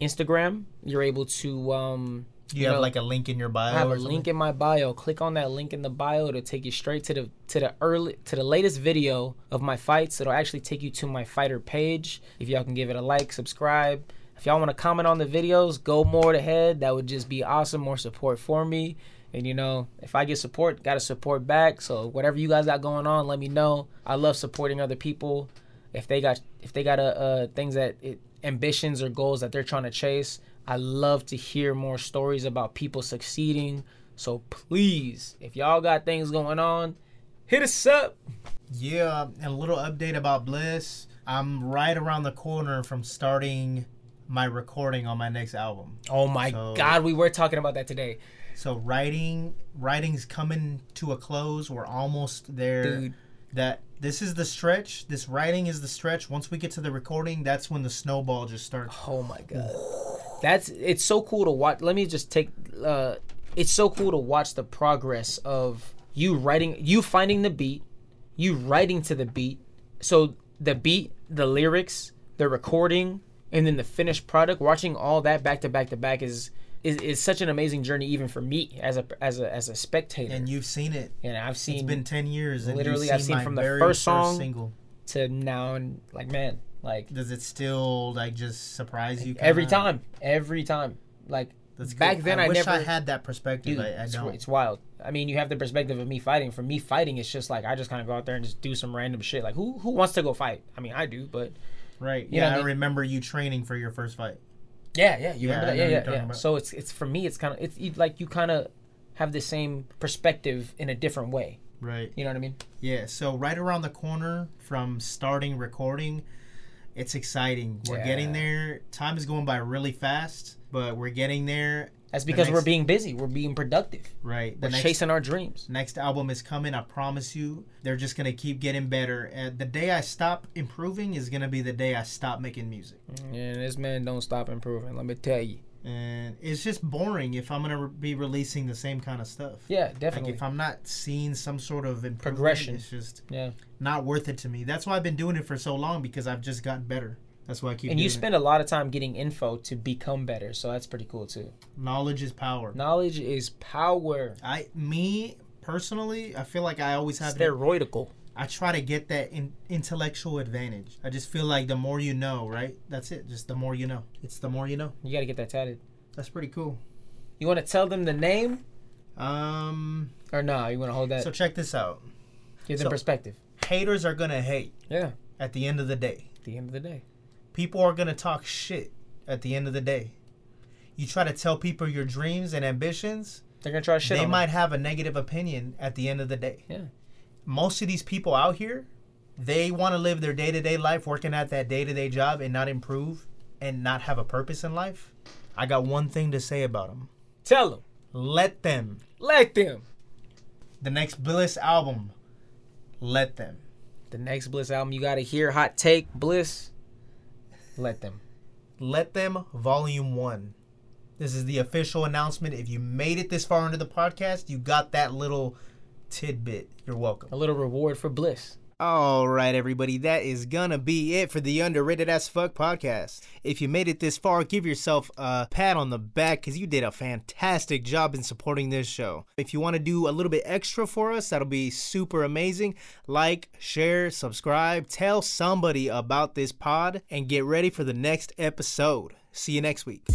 S2: Instagram, you're able to um,
S1: You, have like a link in your bio.
S2: I have a
S1: or something?
S2: link in my bio. Click on that link in the bio to take you straight to the to the early to the latest video of my fights. It'll actually take you to my fighter page. If y'all can give it a like, subscribe. If y'all want to comment on the videos, go more ahead. That would just be awesome. More support for me. And you know, if I get support, gotta support back. So whatever you guys got going on, let me know. I love supporting other people. If they got if they got uh, uh things that it, ambitions or goals that they're trying to chase, I love to hear more stories about people succeeding. So please, if y'all got things going on, hit us up.
S1: Yeah, and a little update about Bliss. I'm right around the corner from starting my recording on my next album.
S2: Oh my
S1: So-
S2: God, we were talking about that today,
S1: So writing writing's coming to a close. We're almost there.
S2: dude.
S1: That this is the stretch. This writing is the stretch. Once we get to the recording, that's when the snowball just starts.
S2: Oh my god, that's it's so cool to watch. Let me just take. Uh, it's so cool to watch the progress of you writing, you finding the beat, you writing to the beat. So the beat, the lyrics, the recording, and then the finished product. Watching all that back to back to back is is, is such an amazing journey, even for me as a as a as a spectator.
S1: And
S2: And,
S1: you've seen it.
S2: I've
S1: It's
S2: seen
S1: been ten years. And you've
S2: Literally, I've seen
S1: my
S2: from the
S1: very
S2: first song-
S1: single.
S2: to now, and like man, like
S1: Does it still like just surprise you?
S2: every
S1: kinda?
S2: time, every time, like.
S1: That's
S2: Back
S1: cool.
S2: then,
S1: I,
S2: I
S1: wish I
S2: never-
S1: had that perspective.
S2: Dude,
S1: I, I
S2: it's,
S1: don't.
S2: it's wild. I mean, you have the perspective of me fighting. For me fighting, it's just like I just kind of go out there and just do some random shit. Like who who wants to go fight? I mean, I do, but
S1: Right.
S2: You
S1: Yeah,
S2: know what I
S1: I
S2: mean?
S1: remember you training for your first fight.
S2: yeah, yeah, you
S1: Yeah, I know
S2: remember that?
S1: you're
S2: Yeah, yeah,
S1: talking
S2: yeah.
S1: about.
S2: So it's it's for me, it's kind of it's you- like you kind of have the same perspective in a different way.
S1: Right.
S2: You know what I mean?
S1: Yeah. So right around the corner from starting recording, it's exciting. We're
S2: Yeah.
S1: getting there. Time is going by really fast, but we're getting there.
S2: That's because
S1: next-
S2: we're being busy, we're being productive,
S1: Right. The
S2: we're
S1: next
S2: chasing our dreams.
S1: next album is coming. I promise you. They're just gonna keep getting better. And the day I stop improving is gonna be the day I stop making music.
S2: And this man don't stop improving. Let me tell you.
S1: And it's just boring if I'm gonna re- be releasing the same kind of stuff.
S2: Yeah,
S1: Like
S2: definitely.
S1: if I'm not seeing some sort of improvement,
S2: Progression.
S1: it's just
S2: Yeah.
S1: not worth it to me. That's why I've been doing it for so long because I've just gotten better. That's why I keep.
S2: and you
S1: doing it.
S2: spend a lot of time getting info to become better, so that's pretty cool too.
S1: knowledge is power.
S2: Knowledge is power.
S1: I me personally, I feel like I always have. it.
S2: Steroidical.
S1: I try to get that in, intellectual advantage. I just feel like the more you know, right? That's it. Just the more you know. It's the more you know.
S2: You gotta get that tatted.
S1: That's pretty cool.
S2: You wanna tell them the name
S1: Um.
S2: or no? you wanna hold that?
S1: So check this out.
S2: give them
S1: so-
S2: perspective.
S1: Haters are gonna hate.
S2: Yeah.
S1: At the end of the day.
S2: At the end of the day.
S1: people are gonna talk shit at the end of the day. You try to tell people your dreams and ambitions,
S2: They're gonna try to shit
S1: they
S2: on
S1: might have a negative opinion at the end of the day.
S2: Yeah.
S1: Most of these people out here, they want to live their day to day life working at that day to day job and not improve and not have a purpose in life. I got one thing to say about them
S2: them. Tell them.
S1: let them.
S2: Let them.
S1: The next Bliss album, let them.
S2: The next Bliss album you gotta hear, Hot Take, Bliss. Let them.
S1: Let Them Volume 1. This is the official announcement. If you made it this far into the podcast, you got that little tidbit. You're welcome.
S2: A little reward for Bliss.
S1: All right, everybody, that is gonna be it for the underrated as fuck podcast. If you made it this far, give yourself a pat on the back because you did a fantastic job in supporting this show. If you want to do a little bit extra for us, that'll be super amazing. Like, share, subscribe, tell somebody about this pod, and get ready for the next episode. See you next week.